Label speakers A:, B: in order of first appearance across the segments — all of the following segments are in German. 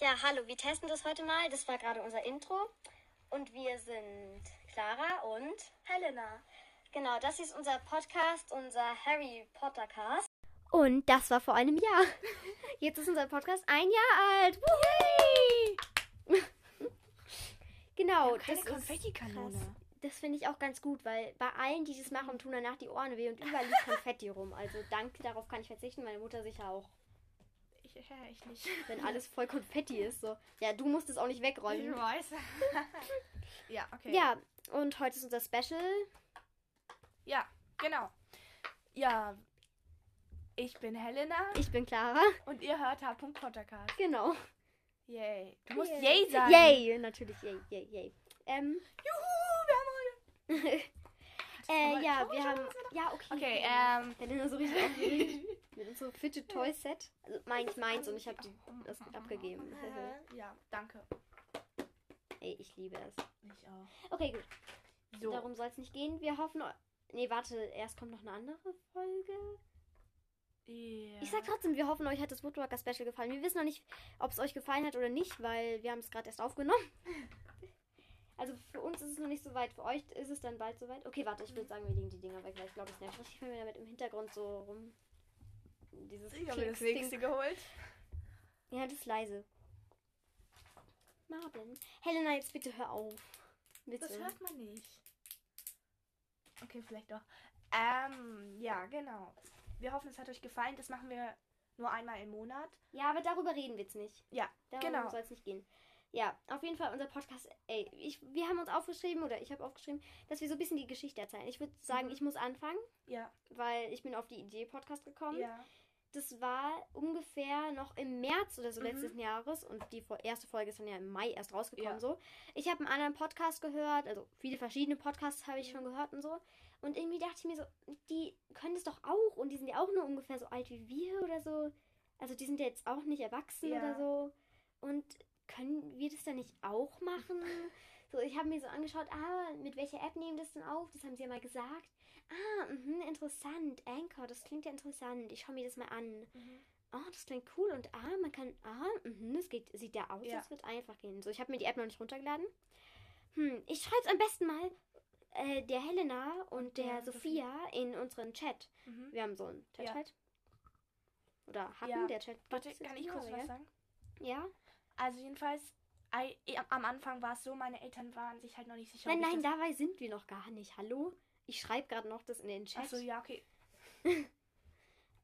A: Ja, hallo, wir testen das heute mal. Das war gerade unser Intro. Und wir sind Clara und
B: Helena.
A: genau, das ist unser Podcast, unser Harry Potter Cast.
C: Und das war vor einem Jahr. Jetzt ist unser Podcast ein Jahr alt. Wuhu!
B: Oh,
C: genau, das, ist-
B: Konfettikanone.
C: das finde ich auch ganz gut, weil bei allen, die das
B: Mhm.
C: machen, tun danach die Ohren weh und überall liegt Konfetti rum. Also danke, darauf kann ich verzichten. Meine Mutter sicher auch,
B: Ich, ja, ich nicht.
C: wenn alles voll Konfetti ist. So. Ja, du musst es auch nicht
B: Ich
C: wegräumen.
B: weiß. ja, okay.
C: Ja, und heute ist unser Special.
B: Ja, genau. Ja, ich bin Helena
C: Ich bin Clara.
B: und ihr hört Harpun Podcast.
C: Genau.
B: Yay. Du musst yay, sagen.
C: Yay, natürlich. Yay, yay, yay. Ähm,
B: Juhu, wir haben
C: äh,
B: Aber-
C: ja,
B: Schau,
C: wir
B: schau,
C: haben. Ja, okay.
B: heute. Okay,
C: okay.
B: ähm.
C: Wenn nur so richtig aufgeregt. Mit unserem Fidget Toy Set. Also meins, meins und ich habe das abgegeben.
B: Ja, danke.
C: Ey, ich liebe es.
B: Ich auch.
C: Okay, gut.
B: So.
C: Darum soll es nicht gehen. Wir hoffen. eu- Nee, warte, erst kommt noch eine andere Folge.
B: Ja.
C: Ich sag trotzdem, wir hoffen, euch hat das Woodwalker Special gefallen. Wir wissen noch nicht, ob es euch gefallen hat oder nicht, weil wir haben es gerade erst aufgenommen. Also für uns ist es noch nicht so weit, für euch ist es dann bald soweit. Okay, warte, ich würde sagen, wir legen die Dinger weg, weil ich glaube, es nervt richtig, wenn wir damit im Hintergrund so rum. Dieses
B: ich habe mir das
C: Keks-Ding-
B: nächste geholt.
C: Ja, das ist leise. Marvin. Helena, jetzt bitte hör auf. Bitte.
B: Das hört man nicht. Okay, vielleicht doch. Ähm, ja, genau. Wir hoffen, es hat euch gefallen. Das machen wir nur einmal im Monat.
C: Ja, aber darüber reden wir jetzt nicht.
B: Ja,
C: Darum
B: genau.
C: soll es nicht gehen. Ja, auf jeden Fall unser Podcast. Ey, ich, wir haben uns aufgeschrieben, oder ich habe aufgeschrieben, dass wir so ein bisschen die Geschichte erzählen. Ich würde sagen,
B: Mhm.
C: ich muss anfangen,
B: Ja,
C: weil ich bin auf die Idee Podcast gekommen.
B: ja.
C: Das war ungefähr noch im März oder so
B: Mhm.
C: letzten Jahres und die vor- erste Folge ist dann ja im Mai erst rausgekommen.
B: Ja.
C: So. Ich habe einen anderen Podcast gehört, also viele verschiedene Podcasts habe
B: Mhm.
C: ich schon gehört und so. Und irgendwie dachte ich mir so, die können das doch auch und die sind ja auch nur ungefähr so alt wie wir oder so. Also die sind ja jetzt auch nicht erwachsen
B: Ja.
C: oder so. Und können wir das dann nicht auch machen? So, ich habe mir so angeschaut, ah, mit welcher App nehmen das denn auf? Das haben sie ja mal gesagt. Ah, mhm, interessant. Anchor, das klingt ja interessant. Ich schaue mir das mal an.
B: Mhm.
C: Oh, das klingt cool und ah, man kann, ah, mhm, es geht, sieht ja aus,
B: Ja.
C: es wird einfach gehen. So, ich habe mir die App noch nicht runtergeladen. Hm, ich schreibe es am besten mal äh, der Helena und der,
B: der Sophie.
C: Sophia in unseren Chat.
B: Mhm.
C: Wir haben so einen Chat
B: Ja.
C: halt. Oder hatten
B: Ja.
C: der Chat.
B: Warte,
C: gibt's
B: kann
C: jetzt
B: ich
C: noch,
B: kurz was
C: ja?
B: sagen?
C: Ja.
B: Also jedenfalls, ei- eh, am- am Anfang war es so, meine Eltern waren sich halt noch nicht sicher.
C: Nein,
B: ob ich
C: nein,
B: das...
C: dabei sind wir noch gar nicht. Hallo? Ich schreibe gerade noch das in den Chat.
B: Achso, ja, okay.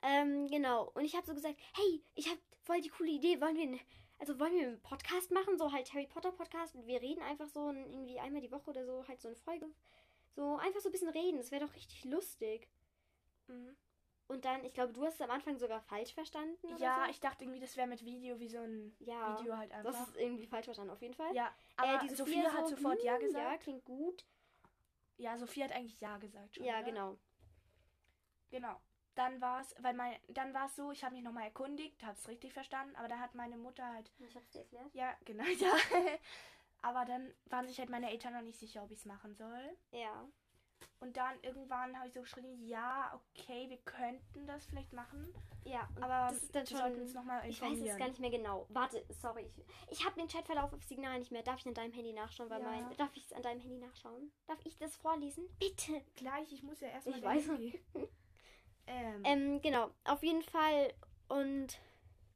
C: Ähm, genau. Und ich habe so gesagt, hey, ich habe voll die coole Idee. Wollen wir, einen- also wollen wir einen Podcast machen, so halt Harry Potter Podcast. Und wir reden einfach so ein- irgendwie einmal die Woche oder so halt so eine Folge. So einfach so ein bisschen reden. Das wäre doch richtig lustig.
B: Mhm.
C: Und dann, ich glaube, du hast es am Anfang sogar falsch verstanden. Oder
B: Ja,
C: so.
B: ich dachte irgendwie, das wäre mit Video wie so ein
C: ja.
B: Video halt
C: das
B: einfach.
C: ist irgendwie falsch verstanden auf jeden Fall.
B: Ja,
C: Äh,
B: aber
C: die
B: Sophia, hat
C: so,
B: sofort Ja
C: "Hm, Ja,
B: gesagt.
C: klingt gut.
B: Ja. Sophia hat eigentlich Ja gesagt. Schon,
C: ja,
B: ne?
C: genau.
B: Genau. Dann war es, weil mein, dann war es so, ich habe mich nochmal erkundigt, habe es richtig verstanden, aber da hat meine Mutter halt,
C: Ich hab's dir erklärt.
B: ja, genau, ja. aber dann waren sich halt meine Eltern noch nicht sicher, ob ich es machen soll.
C: Ja.
B: Und dann irgendwann habe ich so geschrieben, ja, okay, wir könnten das vielleicht machen,
C: Ja, und
B: aber
C: das ist dann
B: wir sollten uns
C: schon.
B: nochmal
C: Ich weiß
B: informieren.
C: es gar nicht mehr genau. Warte, sorry. Ich, ich habe den Chatverlauf auf Signal nicht mehr. Darf ich an deinem Handy nachschauen? Weil
B: Ja.
C: mein, darf ich es an deinem Handy nachschauen? Darf ich das vorlesen? Bitte.
B: Gleich, ich muss ja erstmal
C: Ich weiß.
B: irgendwie- ähm,
C: Ähm, genau. Auf jeden Fall. Und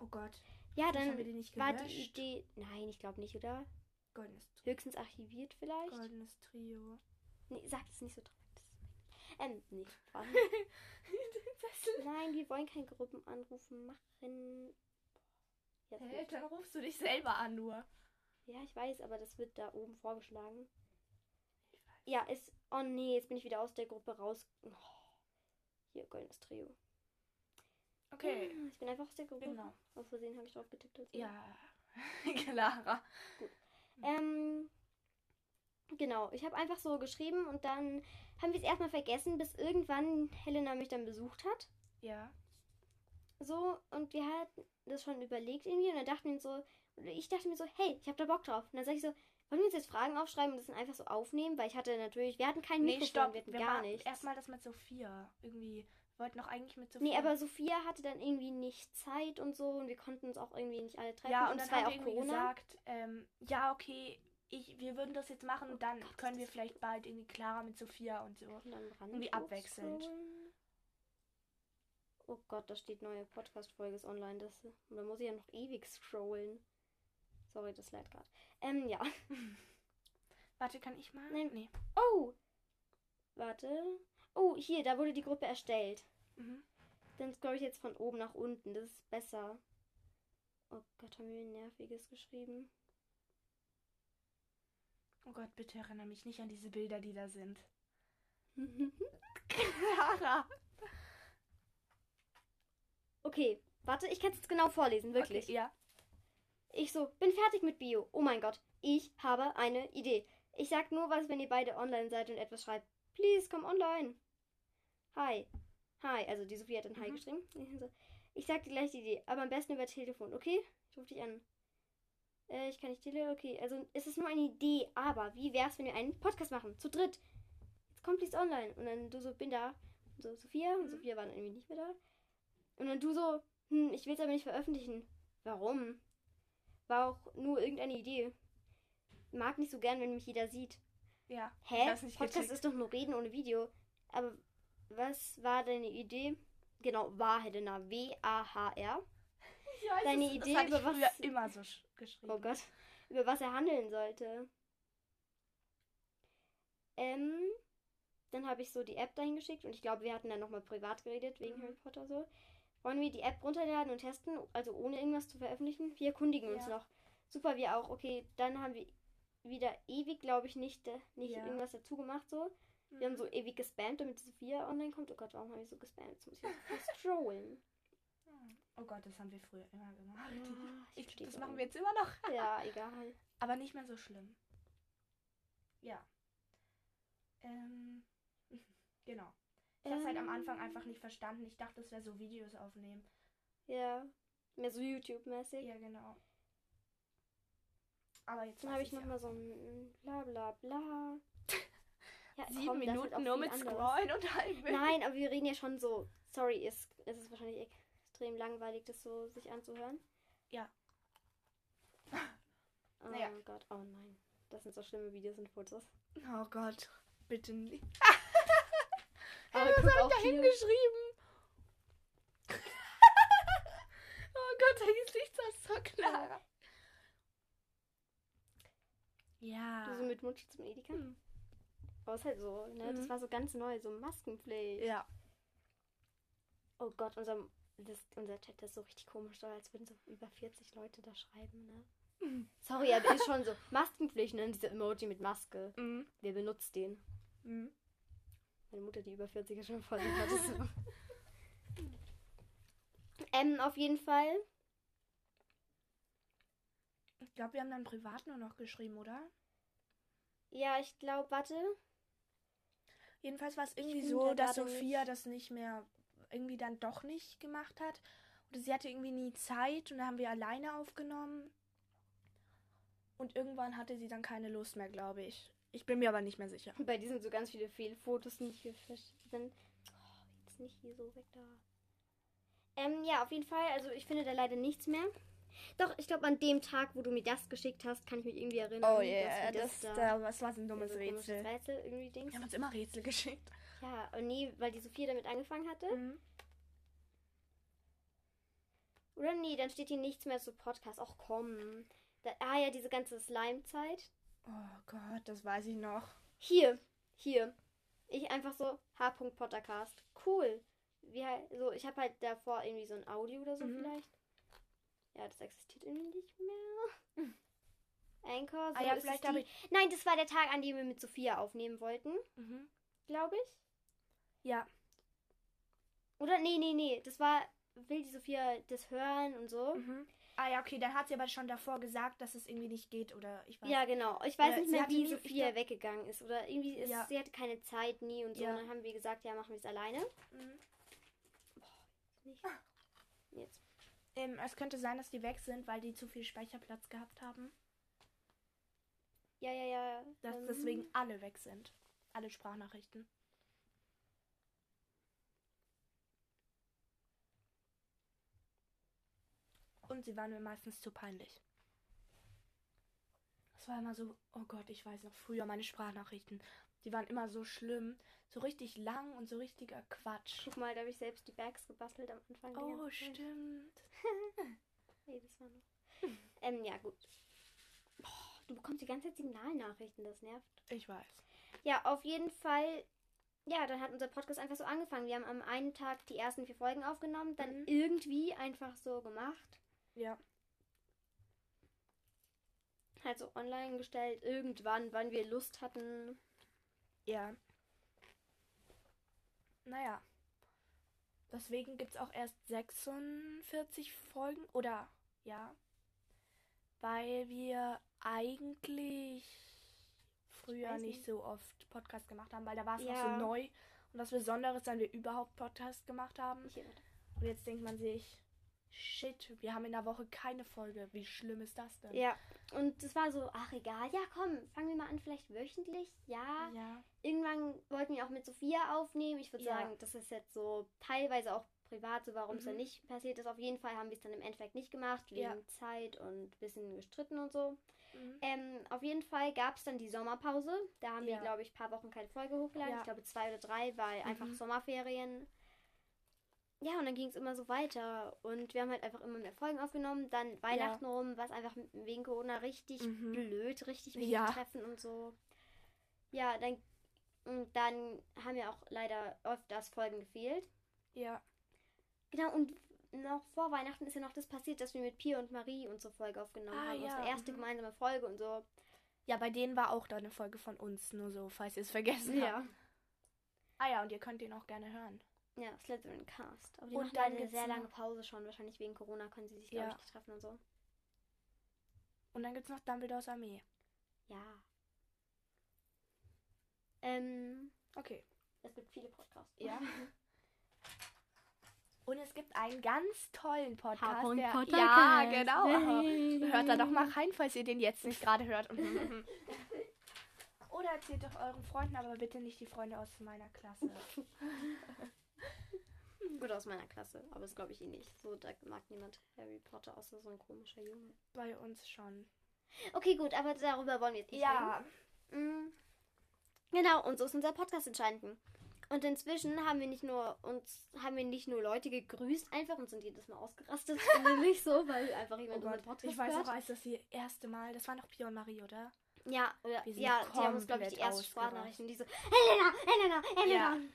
B: oh Gott,
C: ja,
B: dann haben wir
C: dann
B: die nicht
C: war
B: gelöscht.
C: die Idee. Nein, ich glaube nicht, oder?
B: Goldenes,
C: Höchstens archiviert vielleicht.
B: goldenes Trio.
C: Nee, sag das nicht so drauf. Ähm, nee. warte.
B: Sessel.
C: Nein, wir wollen keinen Gruppenanrufen machen. Jetzt
B: Hä,
C: nicht.
B: dann rufst du dich selber an nur.
C: Ja, ich weiß, aber das wird da oben vorgeschlagen. Ja, ist. Oh nee, jetzt bin ich wieder aus der Gruppe raus. Oh, hier, goldenes Trio.
B: Okay,
C: Ah, Ich bin einfach aus der Gruppe.
B: genau.
C: Aus Versehen habe ich drauf getippt. als
B: Ja, Clara.
C: Ähm, genau, ich habe einfach so geschrieben und dann haben wir es erstmal vergessen, bis irgendwann Helena mich dann besucht hat.
B: Ja.
C: So, und wir hatten das schon überlegt irgendwie und dann dachten wir uns so, oder ich dachte mir so, hey, ich habe da Bock drauf. Und dann sage ich so, wollen wir uns jetzt Fragen aufschreiben und das dann einfach so aufnehmen? Weil ich hatte natürlich, wir hatten kein Mikrofon, wir hatten
B: wir
C: gar
B: machen
C: nichts.
B: Erstmal das mit Sophia. Irgendwie wollten noch eigentlich mit Sophia.
C: Nee, aber Sophia hatte dann irgendwie nicht Zeit und so und wir konnten uns auch irgendwie nicht alle treffen.
B: ja, und,
C: es
B: dann
C: war
B: haben
C: ja
B: wir irgendwie gesagt, ähm, ja, okay, ich, wir würden das jetzt machen und dann
C: Oh Gott,
B: können wir
C: das-
B: vielleicht bald irgendwie Clara mit Sophia und so.
C: Und am Rand
B: Irgendwie abwechselnd.
C: hochscrollen. Oh Gott, da steht neue Podcast-Folge ist online. Das, da muss ich ja noch ewig scrollen. Sorry, das leid gerade. Ähm, ja.
B: Warte, kann ich mal?
C: Nein.
B: Nee.
C: Oh! Warte. Oh, hier, da wurde die Gruppe erstellt.
B: Mhm.
C: Dann scroll ich jetzt von oben nach unten. Das ist besser. Oh Gott, haben wir ein nerviges geschrieben.
B: Oh Gott, bitte erinnere mich nicht an diese Bilder, die da sind. Clara.
C: okay, warte, ich kann es jetzt genau vorlesen, wirklich.
B: Okay, ja.
C: Ich so, bin fertig mit Bio. Oh mein Gott, ich habe eine Idee. Ich sag nur was, wenn ihr beide online seid und etwas schreibt. Please, komm online. Hi. Hi. Also die Sophie hat dann Hi
B: Mhm.
C: geschrieben. Ich so, Ich sag dir gleich die Idee, aber am besten über Telefon, okay? Ich ruf dich an. Äh, ich kann nicht tele... Okay, also es ist nur eine Idee, aber wie wär's, wenn wir einen Podcast machen? Zu dritt. Jetzt kommt please online. Und dann du so, bin da. Und so, Sophia. Und
B: Mhm.
C: Sophia war dann irgendwie nicht mehr da. Und dann du so, hm, ich will's aber nicht veröffentlichen. Warum? War auch nur irgendeine Idee. Mag nicht so gern, wenn mich jeder sieht.
B: Ja.
C: Hä?
B: hab's nicht
C: Podcast
B: gecheckt.
C: ist doch nur Reden ohne Video. Aber was war deine Idee? Genau, war Helena. W-A-H-R.
B: Ich weiß
C: Deine
B: es,
C: Idee,
B: das hatte
C: über
B: ich
C: was-
B: früher immer so sch- geschrieben.
C: Oh Gott. Über was er handeln sollte. Ähm, dann habe ich so die App dahin geschickt und ich glaube, wir hatten dann nochmal privat geredet wegen
B: Mhm.
C: Harry Potter so. Wollen wir die App runterladen und testen, also ohne irgendwas zu veröffentlichen? Wir erkundigen uns
B: Ja.
C: noch. Super, wir auch. Okay, dann haben wir wieder ewig, glaube ich, nicht, äh, nicht
B: Ja. Mhm.
C: irgendwas dazu gemacht so. Oh, Wir haben so ewig gespammt, damit Sophia online kommt. Oh Gott, warum habe ich so gespammt? Jetzt muss ich jetzt viel scrollen.
B: Oh Gott, das haben wir früher immer gemacht.
C: Oh. ich
B: Ah, Ich,
C: verstehe
B: das machen wir jetzt immer noch.
C: Ja, egal.
B: Aber nicht mehr so schlimm. Ja. Ähm, genau. Ich habe es halt am
C: Ähm,
B: Anfang einfach nicht verstanden. Ich dachte, es wäre so Videos aufnehmen.
C: Ja, mehr so YouTube-mäßig.
B: Ja, genau. Aber jetzt
C: Dann
B: weiß
C: habe ich
B: ich's
C: nochmal so ein bla bla bla. Ja,
B: ja. sieben
C: komm, da wird auch
B: Minuten nur
C: viel
B: mit
C: anderes.
B: Scrollen und halb.
C: Nein, aber wir reden ja schon so. Sorry, es, es ist wahrscheinlich extrem langweilig, das so sich anzuhören.
B: Ja.
C: Oh
B: Naja.
C: Gott, oh nein. Das sind so schlimme Videos und Fotos.
B: Oh Gott, bitte nicht.
C: Aber
B: was
C: guck
B: habe
C: auch
B: ich da
C: hier.
B: hingeschrieben? oh Gott, da hieß nichts als so Clara. Ja.
C: Du so mit Mundschutz und Edeka.
B: Hm.
C: Aber ist halt so, ne? Das
B: Mhm.
C: war so ganz neu, so Maskenplay.
B: ja.
C: Oh Gott, unser, das, unser Chat ist so richtig komisch, so als würden so über 40 Leute da schreiben, ne? Sorry, aber ist schon so. Maskenpflicht, ne? Dieser Emoji mit Maske.
B: Mhm.
C: Wer benutzt den?
B: Mhm.
C: Meine Mutter, die über 40 ist, schon voll hat. das so. ähm, auf jeden Fall.
B: Ich glaube, wir haben dann privat nur noch geschrieben, oder?
C: Ja, ich glaube, warte.
B: Jedenfalls war es irgendwie
C: bin
B: so,
C: da
B: dass
C: gerade
B: Sophia
C: nicht-
B: das nicht mehr, irgendwie dann doch nicht gemacht hat. Oder sie hatte irgendwie nie Zeit und dann haben wir alleine aufgenommen. Und irgendwann hatte sie dann keine Lust mehr, glaube ich. Ich bin mir aber nicht mehr sicher.
C: Bei dir sind so ganz viele Fehlfotos nicht verschieden. Oh, jetzt nicht hier so weg da. Ähm, ja, auf jeden Fall. Also ich finde da leider nichts mehr. Doch, ich glaube, an dem Tag, wo du mir das geschickt hast, kann ich mich irgendwie
B: Oh
C: erinnern. dass wir
B: was war so ein
C: so ein komisches Rätsel irgendwie Dings.
B: Wir haben uns immer Rätsel geschickt.
C: Ja, und nee, weil die Sophia damit angefangen hatte.
B: Hm?
C: Oder nee, dann steht hier nichts mehr zu Podcast. Ach komm. Da, ah ja, diese ganze Slime-Zeit.
B: Oh Gott, das weiß ich noch.
C: Hier, hier. Ich einfach so H. Pottercast. Cool. Wie halt, so, ich habe halt davor irgendwie so ein Audio oder so
B: Mhm.
C: vielleicht. Ja, das existiert irgendwie nicht mehr. Anchor, so
B: Ah ja,
C: ist
B: vielleicht
C: es
B: habe
C: die... Nein, das war der Tag, an dem wir mit Sophia aufnehmen wollten,
B: Mhm.
C: glaube ich.
B: Ja,
C: Oder nee, nee, nee, das war will die Sophia das hören und so.
B: Ah ja, okay, dann hat sie aber schon davor gesagt, dass es irgendwie nicht geht oder ich weiß.
C: Ja, genau. Ich weiß
B: Oder
C: nicht
B: Äh, sie
C: mehr,
B: hatte
C: wie
B: nie- ich
C: Sophia
B: glaub-
C: weggegangen ist. Oder irgendwie, ist,
B: Ja.
C: sie hatte keine Zeit nie und so.
B: Ja.
C: Und dann haben wir gesagt, ja, machen wir es alleine.
B: Mhm.
C: Nicht.
B: Ah.
C: Jetzt.
B: Ähm, es könnte sein, dass die weg sind, weil die zu viel Speicherplatz gehabt haben.
C: Ja, ja, ja.
B: Dass
C: ähm,
B: deswegen alle weg sind. Alle Sprachnachrichten. und sie waren mir meistens zu peinlich. Das war immer so, oh Gott, ich weiß noch früher meine Sprachnachrichten. Die waren immer so schlimm, so richtig lang und so richtiger Quatsch.
C: Guck mal, da habe ich selbst die Bags gebastelt am Anfang. der
B: Oh,
C: ganzen Zeit.
B: stimmt.
C: Nee, das war noch. ähm, ja, gut. Boah, du bekommst die ganze Zeit Signalnachrichten, das nervt.
B: Ich weiß.
C: Ja, auf jeden Fall. Ja, dann hat unser Podcast einfach so angefangen. Wir haben am einen Tag die ersten vier Folgen aufgenommen, dann
B: Mhm.
C: irgendwie einfach so gemacht.
B: Ja.
C: Halt so online gestellt, irgendwann, wann wir Lust hatten.
B: Ja. Naja. Deswegen gibt es auch erst 46 Folgen. Oder, ja. Weil wir eigentlich früher
C: weiß
B: nicht
C: nicht.
B: so oft Podcast gemacht haben, weil da war es noch
C: Ja.
B: so neu. Und was Besonderes, dann wir überhaupt Podcast gemacht haben.
C: Ich irre.
B: Und jetzt denkt man sich, shit, wir haben in der Woche keine Folge. Wie schlimm ist das denn?
C: Ja, und es war so, ach egal, ja komm, fangen wir mal an, vielleicht wöchentlich, ja.
B: Ja.
C: Irgendwann wollten wir auch mit Sophia aufnehmen. Ich würde
B: Ja.
C: sagen, das ist jetzt so teilweise auch privat, so warum es dann
B: Mhm.
C: nicht passiert ist. Auf jeden Fall haben wir es dann im Endeffekt nicht gemacht, wegen
B: Ja.
C: Zeit und ein bisschen gestritten und so.
B: Mhm.
C: Ähm, auf jeden Fall gab es dann die Sommerpause. Da haben
B: Ja.
C: wir, glaube ich, ein paar Wochen keine Folge hochgeladen.
B: Ja.
C: Ich glaube zwei oder drei, weil einfach
B: Mhm.
C: Sommerferien. Ja, und dann ging es immer so weiter. Und wir haben halt einfach immer mehr Folgen aufgenommen. Dann Weihnachten rum, war es einfach wegen Corona richtig
B: Mhm.
C: blöd, richtig wenig
B: Ja.
C: Treffen und so. Ja, dann, und dann haben ja auch leider öfters Folgen gefehlt.
B: Ja.
C: Genau, und noch vor Weihnachten ist ja noch das passiert, dass wir mit Pia und Marie unsere Folge aufgenommen
B: Ah,
C: haben.
B: ja,
C: Unsere erste
B: mhm.
C: gemeinsame Folge und so.
B: Ja, bei denen war auch da eine Folge von uns, nur so, falls ihr es vergessen habt.
C: Ja.
B: Ah ja, und ihr könnt ihn auch gerne hören.
C: Ja, Slytherin Cast. Aber die
B: Und
C: machen
B: dann
C: leider eine
B: gibt's
C: sehr
B: noch-
C: lange Pause schon. Wahrscheinlich wegen Corona können sie sich, glaube
B: Ja.
C: ich, nicht treffen und so.
B: Und dann gibt's noch Dumbledores Armee.
C: Ja. Ähm,
B: Okay.
C: es gibt viele Podcasts.
B: Ja. Und es gibt einen ganz tollen Podcast.
C: Harry
B: der,
C: Potter
B: ja,
C: Cast.
B: genau. Hört da doch mal rein, falls ihr den jetzt nicht gerade hört. Oder erzählt doch euren Freunden, aber bitte nicht die Freunde aus meiner Klasse.
C: Gut aus meiner Klasse, aber das glaube ich eh nicht. So, da mag niemand Harry Potter, außer so ein komischer Junge.
B: Bei uns schon.
C: Okay, gut, aber darüber wollen wir jetzt nicht
B: Ja.
C: reden. Mm. Genau, und so ist unser Podcast entstanden. Und inzwischen haben wir nicht nur uns, haben wir nicht nur Leute gegrüßt einfach und sind jedes Mal ausgerastet, sondern nicht so, weil einfach
B: Oh
C: jemand unseren
B: Gott,
C: Podcast
B: ich weiß
C: hört.
B: auch, als das ihr erste Mal, das war noch Pia und Marie, oder?
C: Ja, oder,
B: Wir sind
C: ja, die haben uns, glaube ich, die
B: komplett
C: erste Sprachnachrichten, die so, Helena, Helena,
B: Ja.
C: Helena.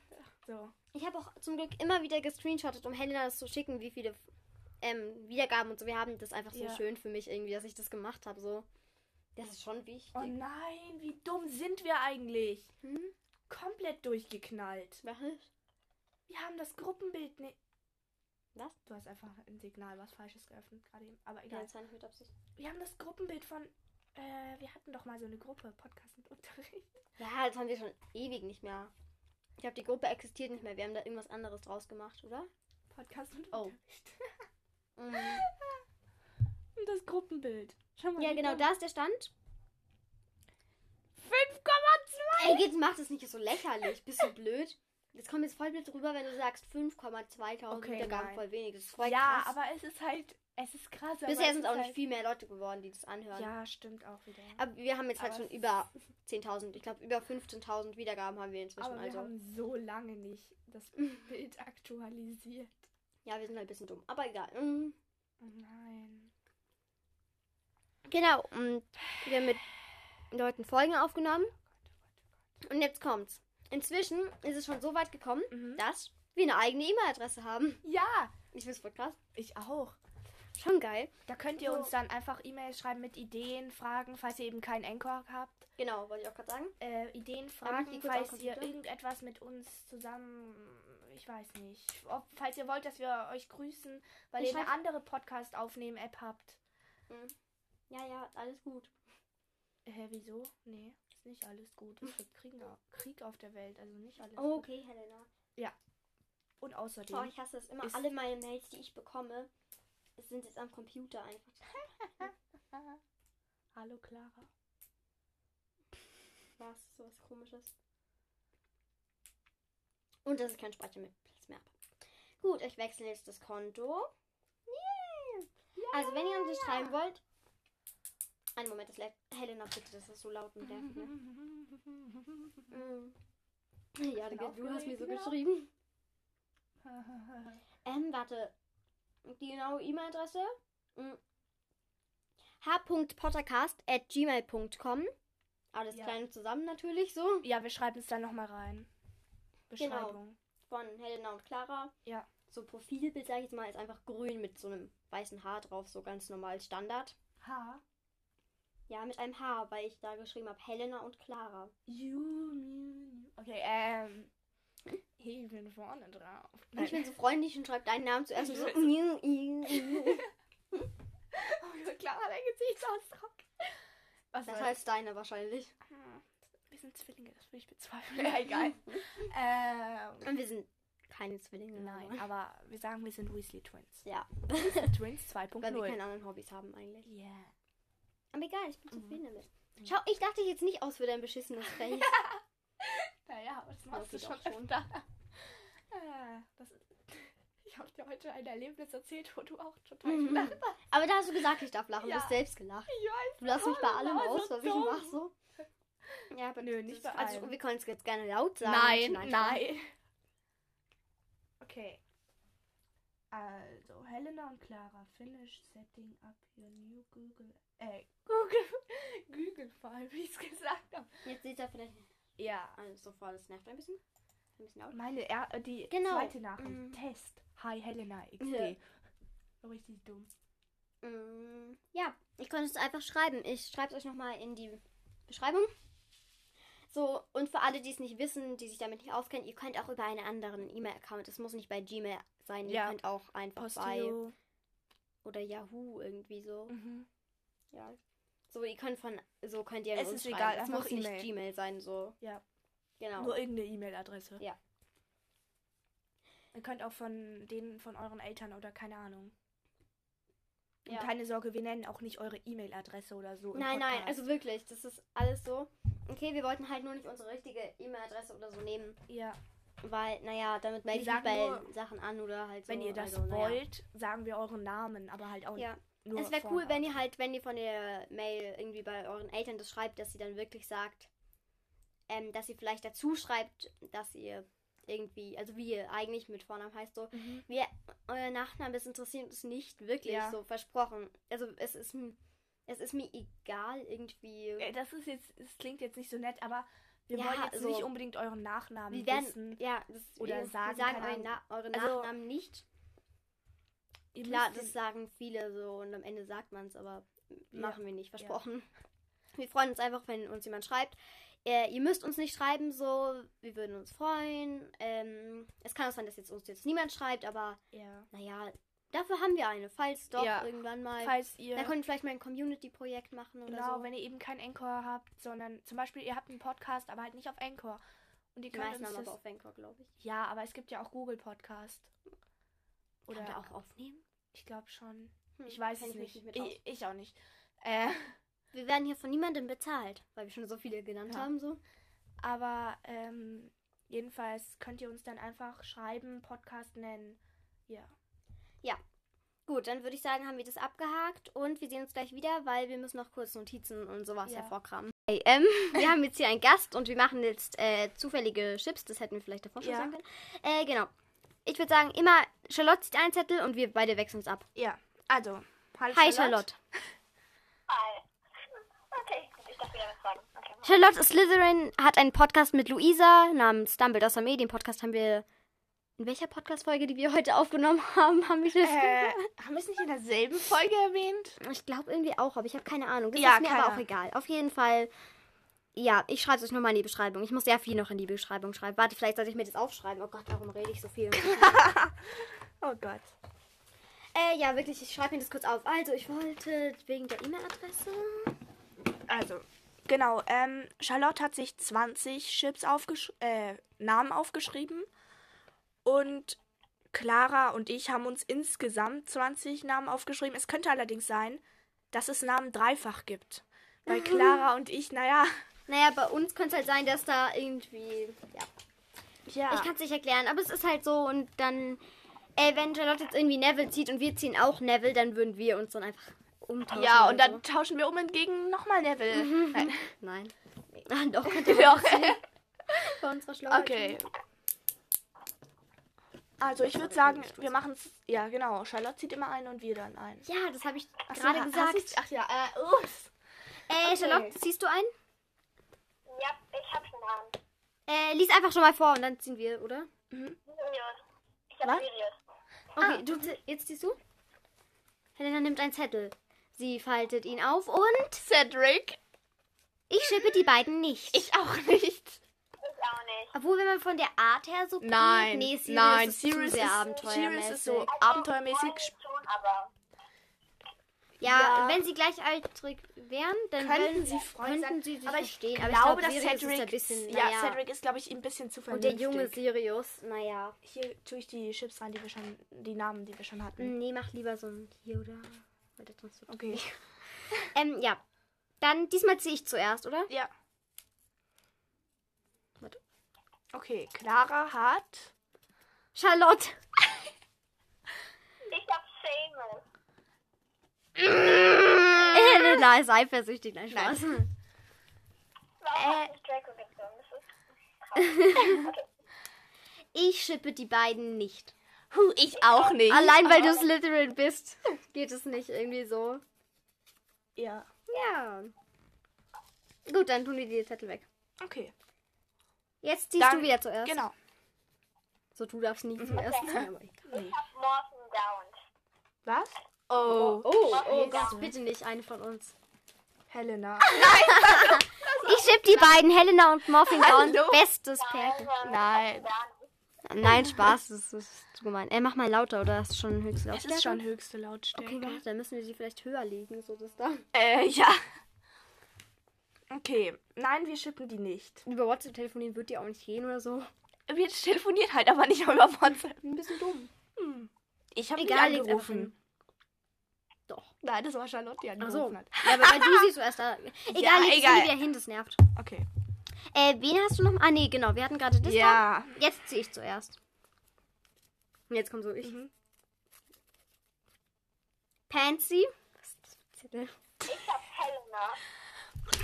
B: So.
C: Ich habe auch zum Glück immer wieder gescreenshottet, um Helena das zu schicken, wie viele ähm, Wiedergaben und so. Wir haben das einfach so
B: Ja.
C: schön für mich irgendwie, dass ich das gemacht habe. So. Das ist schon wichtig.
B: Oh nein, wie dumm sind wir eigentlich?
C: Hm?
B: Komplett durchgeknallt.
C: Was ist?
B: Wir haben das Gruppenbild nicht.
C: Was?
B: Du hast einfach ein Signal, was Falsches geöffnet gerade eben. Aber
C: Ja,
B: egal.
C: das war nicht mit Absicht.
B: Wir haben das Gruppenbild von. Äh, wir hatten doch mal so eine Gruppe, Podcast und Unterricht.
C: Ja, das haben wir schon ewig nicht mehr. Ich glaube, die Gruppe existiert nicht mehr. Wir haben da irgendwas anderes draus gemacht, oder?
B: Podcast und
C: Oh.
B: Unterricht.
C: Mhm.
B: Oh Und das Gruppenbild. Schau mal.
C: Ja,
B: wie
C: genau,
B: dumm.
C: da ist der Stand.
B: 5,2!
C: Ey, jetzt mach das nicht so lächerlich. Bist du blöd? Das kommt jetzt voll blöd rüber, wenn du sagst 5,2000
B: Okay,
C: Wiedergaben,
B: nein.
C: voll wenig. Das ist voll
B: Ja,
C: krass.
B: aber es ist halt. Es ist krass. aber
C: Bisher
B: es
C: sind
B: ist
C: auch nicht
B: halt-
C: viel mehr Leute geworden, die das anhören.
B: Ja, stimmt auch wieder.
C: Aber wir haben jetzt halt
B: Aber
C: schon
B: es-
C: über 10.000, ich glaube über 15.000 Wiedergaben haben wir inzwischen.
B: Aber wir
C: also
B: haben so lange nicht das Bild aktualisiert.
C: ja, wir sind halt ein bisschen dumm, aber egal. Mhm.
B: Oh nein.
C: Genau, und wir haben mit Leuten Folgen aufgenommen
B: Oh
C: und jetzt kommt's. Inzwischen ist es schon so weit gekommen,
B: Mhm.
C: dass wir eine eigene E-Mail-Adresse haben.
B: Ja,
C: Ich find's voll krass.
B: ich auch.
C: Schon geil.
B: Da könnt ihr
C: So.
B: uns dann einfach E-Mails schreiben mit Ideen, Fragen, falls ihr eben keinen Anchor habt.
C: Genau, wollte ich auch gerade sagen.
B: Äh, Ideen,
C: ich die
B: Fragen,
C: kurz
B: falls
C: auf
B: ihr
C: Computer?
B: irgendetwas mit uns zusammen, ich weiß nicht, ob, falls ihr wollt, dass wir euch grüßen, weil
C: Ich
B: ihr eine
C: schreib-
B: andere Podcast aufnehmen App habt.
C: Mm. Ja, ja, alles gut.
B: Hä, Äh, wieso? Nee, ist nicht alles gut. Es gibt Krieg, Krieg auf der Welt, also nicht alles
C: Oh,
B: gut.
C: okay, Helena.
B: Und außerdem.
C: Boah, ich hasse es immer.
B: Ist-
C: Alle meine Mails, die ich bekomme, sind jetzt am Computer einfach.
B: Hallo Clara.
C: Was? So was komisches. Und dass ich keinen Speicherplatz mehr habe. Gut, ich wechsle jetzt das Konto. Yeah. Also, wenn ihr uns nicht schreiben wollt. Einen Moment, das lädt. Helena, bitte, das ist so laut und nervig, ne? Mm. Ja,
B: bin
C: Digga, du hast mir so
B: aufgeregt, ja.
C: geschrieben. Ähm, warte. Die genaue E-Mail-Adresse? Mm. h.pottercast at gmail.com. Alles
B: Ja.
C: klein und Ah, zusammen natürlich so.
B: ja, wir schreiben es dann nochmal rein.
C: Genau.
B: Beschreibung.
C: Von Helena und Clara.
B: Ja.
C: So Profilbild, sag ich jetzt mal, ist einfach grün mit so einem weißen Haar drauf, so ganz normal Standard.
B: H.
C: Ja, mit einem Haar, weil ich da geschrieben habe, Helena und Clara.
B: You, me, Okay, ähm. Ich bin vorne drauf.
C: Und ich bin so freundlich und schreibe deinen Namen zuerst und so. das
B: oh, klar, dein Gesichtsausdruck. Was soll's?
C: heißt deiner wahrscheinlich.
B: Hm, Wir sind Zwillinge, das will ich bezweifeln. Ja, egal. ähm,
C: Und wir sind keine Zwillinge.
B: nein,
C: aber-
B: aber wir sagen, wir sind Weasley Twins.
C: Ja,
B: Twins
C: weil wir
B: 2.0.
C: keine anderen Hobbys haben eigentlich.
B: Yeah.
C: Aber egal, ich bin
B: Mhm.
C: zufrieden damit. Schau, ich dachte jetzt nicht aus für dein beschissenes Face.
B: Naja, aber das machst du
C: geht
B: schon
C: auch schon.
B: öfter. Äh, das ist, ich habe dir heute ein Erlebnis erzählt, wo du auch total
C: Mhm.
B: gelacht hast.
C: Aber da hast du gesagt, ich darf lachen.
B: Ja.
C: Du hast selbst gelacht.
B: Ich weiß.
C: Du lass mich bei
B: Toll,
C: allem
B: aber so
C: aus, was ich
B: dumm.
C: mache so. Ja, aber
B: Nö,
C: das-
B: nicht
C: das-
B: bei
C: Also
B: allem.
C: wir können es jetzt gerne laut sagen.
B: Nein,
C: Spaß.
B: nein. Okay. Also, Helena und Clara, finish setting up your new Google. Äh, Google. Google File, wie ich es gesagt habe.
C: Jetzt sieht er vielleicht
B: Ja.
C: alles so vor, das nervt ein bisschen. Ein bisschen laut.
B: Meine er äh, die
C: Genau.
B: zweite Nachricht.
C: Mhm.
B: Test. Hi Helena XD.
C: Ja.
B: So Richtig dumm.
C: Mm, Ja, ich konnte es einfach schreiben. Ich schreibe es euch nochmal in die Beschreibung. So, und für alle, die es nicht wissen, die sich damit nicht auskennen, ihr könnt auch über einen anderen E-Mail-Account, es muss nicht bei Gmail sein,
B: Ja.
C: ihr könnt auch einfach bei
B: Posteo.
C: oder Yahoo irgendwie so.
B: Mhm.
C: Ja. So, ihr könnt von, so könnt ihr an
B: Es
C: uns
B: ist
C: schreiben.
B: egal,
C: es
B: einfach
C: muss nicht
B: E-Mail.
C: Gmail sein, so.
B: Ja.
C: Genau.
B: Nur irgendeine E-Mail-Adresse.
C: Ja.
B: Ihr könnt auch von denen von euren Eltern oder keine Ahnung.
C: Ja.
B: Und keine Sorge, wir nennen auch nicht eure E-Mail-Adresse oder so. im
C: Nein, nein,
B: Podcast.
C: also wirklich, das ist alles so. Okay, wir wollten halt nur nicht unsere richtige E-Mail-Adresse oder so nehmen,
B: Ja,
C: weil, naja, damit melde ich mich
B: sagen
C: bei
B: nur,
C: Sachen an oder halt so.
B: wenn ihr das
C: also, naja.
B: wollt, sagen wir euren Namen, aber halt auch
C: Ja.
B: nur.
C: es wäre cool,
B: Vornamen.
C: wenn ihr halt, wenn ihr von der Mail irgendwie bei euren Eltern das schreibt, dass sie dann wirklich sagt, ähm, dass sie vielleicht dazu schreibt, dass ihr irgendwie, also wie ihr eigentlich mit Vornamen heißt, so,
B: Mhm.
C: wir, euer Nachname, das interessiert uns nicht wirklich,
B: Ja.
C: so versprochen. Also es ist, m- es ist mir egal irgendwie.
B: Äh, Das ist jetzt, es klingt jetzt nicht so nett, aber wir
C: Ja,
B: wollen jetzt
C: so-
B: nicht unbedingt euren Nachnamen
C: Wir werden,
B: wissen.
C: ja, das,
B: Oder
C: wir,
B: sagen,
C: wir sagen
B: keine
C: euren Na eure
B: Also-
C: Nachnamen nicht.
B: Ihr
C: Klar,
B: müsst
C: das
B: den-
C: sagen viele so und am Ende sagt man es, aber
B: Ja.
C: machen wir nicht, versprochen. Wir freuen uns einfach, wenn uns jemand schreibt. Äh, ihr müsst uns nicht schreiben, so, wir würden uns freuen. Ähm, es kann auch sein, dass jetzt uns jetzt niemand schreibt, aber
B: ja.
C: naja, dafür haben wir eine, falls doch
B: Ja.
C: irgendwann mal.
B: Falls ihr
C: Halt, Da können wir vielleicht mal ein Community-Projekt machen oder
B: Genau,
C: so.
B: wenn ihr eben kein Anchor habt, sondern zum Beispiel ihr habt einen Podcast, aber halt nicht auf Anchor. Und ihr
C: die
B: könnt
C: meisten
B: uns
C: haben
B: das,
C: aber auf Anchor, glaube ich.
B: Ja, aber es gibt ja auch Google Podcast.
C: Oder
B: Oder
C: auch aufnehmen?
B: ich glaube schon.
C: Hm,
B: Ich weiß
C: kenn
B: es
C: mich
B: nicht.
C: mit aus.
B: ich, ich auch nicht. Äh,
C: Wir werden hier von niemandem bezahlt, weil wir schon so viele genannt
B: Ja.
C: haben, so.
B: aber ähm, jedenfalls könnt ihr uns dann einfach schreiben, Podcast nennen. Ja.
C: Gut, dann würde ich sagen, haben wir das abgehakt und wir sehen uns gleich wieder, weil wir müssen noch kurz Notizen und sowas
B: Ja.
C: hervorkramen. Hey, ähm, wir haben jetzt hier einen Gast und wir machen jetzt äh, zufällige Chips. Das hätten wir vielleicht davor schon
B: Ja.
C: sagen können. Äh, genau. Ich würde sagen, immer Charlotte zieht einen Zettel und wir beide wechseln uns ab.
B: Ja. Also, hallo
C: Hi Charlotte.
D: Hi. Okay, gut, ich darf wieder was sagen. Okay.
C: Charlotte Slytherin hat einen Podcast mit Luisa namens Dumbledore Samé. Den Podcast haben wir in welcher Podcast-Folge, die wir heute aufgenommen haben, haben wir das
B: Äh, haben wir es nicht in derselben Folge erwähnt?
C: Ich glaube irgendwie auch, aber ich habe keine Ahnung. Das
B: Ja,
C: ist mir
B: keine
C: aber auch
B: Ahnung.
C: egal. Auf jeden Fall. Ja, ich schreibe es euch nochmal in die Beschreibung. Ich muss sehr viel noch in die Beschreibung schreiben. Warte, vielleicht sollte ich mir das aufschreiben. Oh Gott, warum rede ich so viel?
B: Oh Gott.
C: äh, ja, wirklich, ich schreibe mir das kurz auf. Also, ich wollte wegen der E-Mail-Adresse.
B: Also, genau. Ähm, Charlotte hat sich 20 Chips aufgesch äh, Namen aufgeschrieben. Und Clara und ich haben uns insgesamt 20 Namen aufgeschrieben. Es könnte allerdings sein, dass es Namen dreifach gibt. Weil
E: Mhm.
B: Clara und ich, naja.
C: Naja, bei uns könnte es halt sein, dass da irgendwie. Ja.
B: Ja.
E: Ah.
C: Ich kann es nicht erklären, aber es ist halt so und dann. Ey, wenn Charlotte jetzt irgendwie Neville zieht und wir ziehen auch Neville, dann würden wir uns dann einfach umtauschen.
E: Ja,
C: oder
E: und dann tauschen wir um entgegen nochmal Neville.
B: Mhm.
E: Nein.
C: So. Nein. Ah, doch, könnte
E: Doch.
C: bei unserer Schlauheit.
E: Okay.
B: Also ich würde sagen, wir machen es. Ja, genau. Charlotte zieht immer einen und wir dann einen.
C: Ja, das habe ich
B: Ach so,
C: gerade
B: ha-
C: gesagt.
B: hast du's- Ach ja, äh, ups.
E: ah,
C: Äh, Charlotte, ziehst du einen?
D: Ja, ich hab schon dran.
C: Äh, lies einfach schon mal vor und dann ziehen wir, oder?
D: Sirius. Ich hab
B: Was?
E: Ah.
D: Sirius.
C: Okay, du, zie- jetzt ziehst du. Helena nimmt einen Zettel. Sie faltet ihn auf und
E: Cedric?
C: ich schippe die beiden nicht.
E: Ich auch nicht.
D: Ich auch nicht.
C: Obwohl, wenn man von der Art her so guckt,
E: Nein.
C: nee, Sirius
E: nein,
C: ist
E: Sirius
C: zu sehr
E: ist,
C: abenteuermäßig.
E: Sirius ist so
D: Also,
E: abenteuermäßig.
D: Freunde Schon, aber
C: Ja,
B: Ja.
C: wenn sie gleichaltrig wären, dann
B: Könnten
C: würden-
B: sie Freund
C: könnten
B: sein,
C: sie sich
B: aber ich
C: verstehen.
B: Ich
C: aber
B: glaube,
C: ich
B: dass
C: glaube, Sirius
B: Cedric.
C: ist ein bisschen,
B: ja,
C: naja.
B: Cedric ist, glaube ich, ein bisschen zu
C: Und
B: vernünftig.
C: der junge Sirius, naja.
B: Hier tue ich die Chips rein, die wir schon. Die Namen, die wir schon hatten.
C: Hm, Nee, mach lieber so ein hier oder. Weil das sonst wird-
B: Okay.
C: Ähm, ja. Dann diesmal ziehe ich zuerst, oder?
B: Ja.
C: Warte.
B: Okay, Clara hat.
C: Charlotte.
D: ich hab Seamus.
C: Helena ist eifersüchtig, nein, Spaß.
D: Warum
C: Äh.
D: äh, hast du Draco gezogen? Das ist
C: Ich schippe die beiden nicht.
E: Huh, ich auch nicht.
C: Allein weil du Slytherin bist, geht es nicht irgendwie so.
B: Ja.
C: Ja. Gut, dann tun wir die Zettel weg.
B: Okay.
C: Jetzt ziehst
B: Dann-
C: du wieder zuerst.
B: Genau.
C: So, du darfst nie zuerst ziehen. aber egal.
B: Nee.
D: Morphin Downs.
B: Was?
E: Oh.
C: Oh, oh Gott, bitte nicht eine von uns.
B: Helena.
C: Ah, Ich schipp die beiden, Helena und Morphing Down.
E: Hallo?
C: Bestes Pärchen.
E: Nein.
C: Nein, Spaß, das ist zu gemein. Ey, mach mal lauter, oder ist schon höchst laut?
B: Es ist schon höchste Lautstärke.
C: Okay, warte, dann müssen wir sie vielleicht höher legen, so dass da.
E: Äh, ja.
B: Okay, nein, wir schippen die nicht.
C: Über WhatsApp telefonieren wird die auch nicht gehen oder so.
E: Wir telefonieren halt aber nicht über WhatsApp. Hm.
C: Ein bisschen dumm.
E: Ich habe
C: Egal, liegt's
E: angerufen.
C: Doch.
E: Nein, das war Charlotte, die
C: Ach
E: angerufen
C: so.
E: hat.
C: Ja, aber weil du siehst zuerst da. Egal, ja,
E: egal.
C: egal. wieder hin, das nervt.
B: Okay.
C: Äh, wen hast du noch? Ah, nee, genau, wir hatten gerade das.
E: Ja.
C: da. Jetzt ziehe ich zuerst. Und jetzt kommt so
E: Mhm.
C: ich. Pansy. Was ist das für ein Zettel?
D: Ich hab Helena.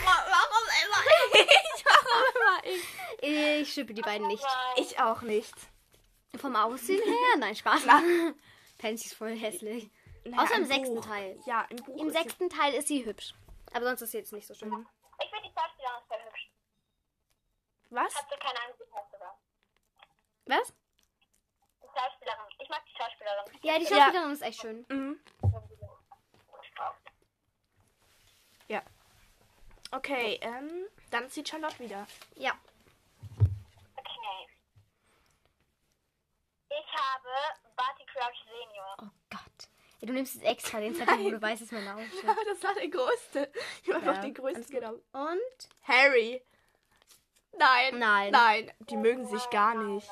E: Warum immer ich? Warum immer ich?
C: Ich schippe die beiden nicht.
D: Nein.
B: Ich auch nicht.
C: Vom Aussehen her? Nein, Spaß. Pansy ist voll hässlich.
B: Naja,
C: Außer im sechsten
B: Buch.
C: Teil.
B: Ja, im Buch.
C: Im
B: ist sie-
C: sechsten Teil ist sie hübsch. Aber sonst ist sie jetzt nicht so schön.
D: Ich finde die Morphin Downs voll hübsch.
B: Was?
D: Habt ihr keine Ahnung, wie die heißt sogar?
C: Was?
D: Die Schauspielerin. Ich mag die Schauspielerin.
C: Ja, die Schauspielerin ist echt schön.
B: Mhm. Okay, ähm, dann zieht Charlotte wieder.
C: Ja.
D: Okay. Ich habe Barty Crouch Senior.
C: Oh Gott. Ey, du nimmst jetzt extra den Zettel, wo du weißt, dass man da aufsteht.
E: Ja, das war der größte. Ich habe
C: Ja,
E: einfach den größten genommen.
C: Und?
E: Harry. Nein.
C: Nein.
E: Nein.
B: Die mögen sich gar nicht.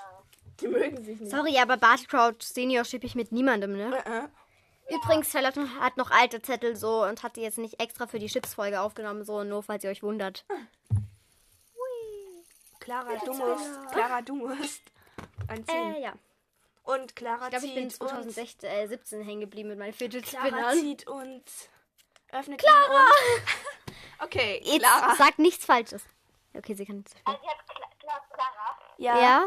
B: Die mögen sich nicht.
C: Sorry, aber Barty Crouch Senior schippe ich mit niemandem, ne?
B: Äh, äh.
C: Übrigens, Charlotte hat noch alte Zettel so und hat die jetzt nicht extra für die Chips-Folge aufgenommen, so nur falls ihr euch wundert.
B: Clara, du musst. Clara, du musst. Anziehen.
C: Äh, ja.
B: und Clara
C: Ich glaube, ich bin
B: zieht uns.
C: 2016, äh, 17 hängen geblieben mit meinen
B: Clara
C: Fidget-Spinnern.
B: zieht uns. Öffnet Clara!
E: Okay,
C: Jetzt
E: Clara.
C: sag nichts Falsches. Okay, sie kann nichts.
D: Also ich hab Cla- du hast Clara.
B: Ja.
C: Ja?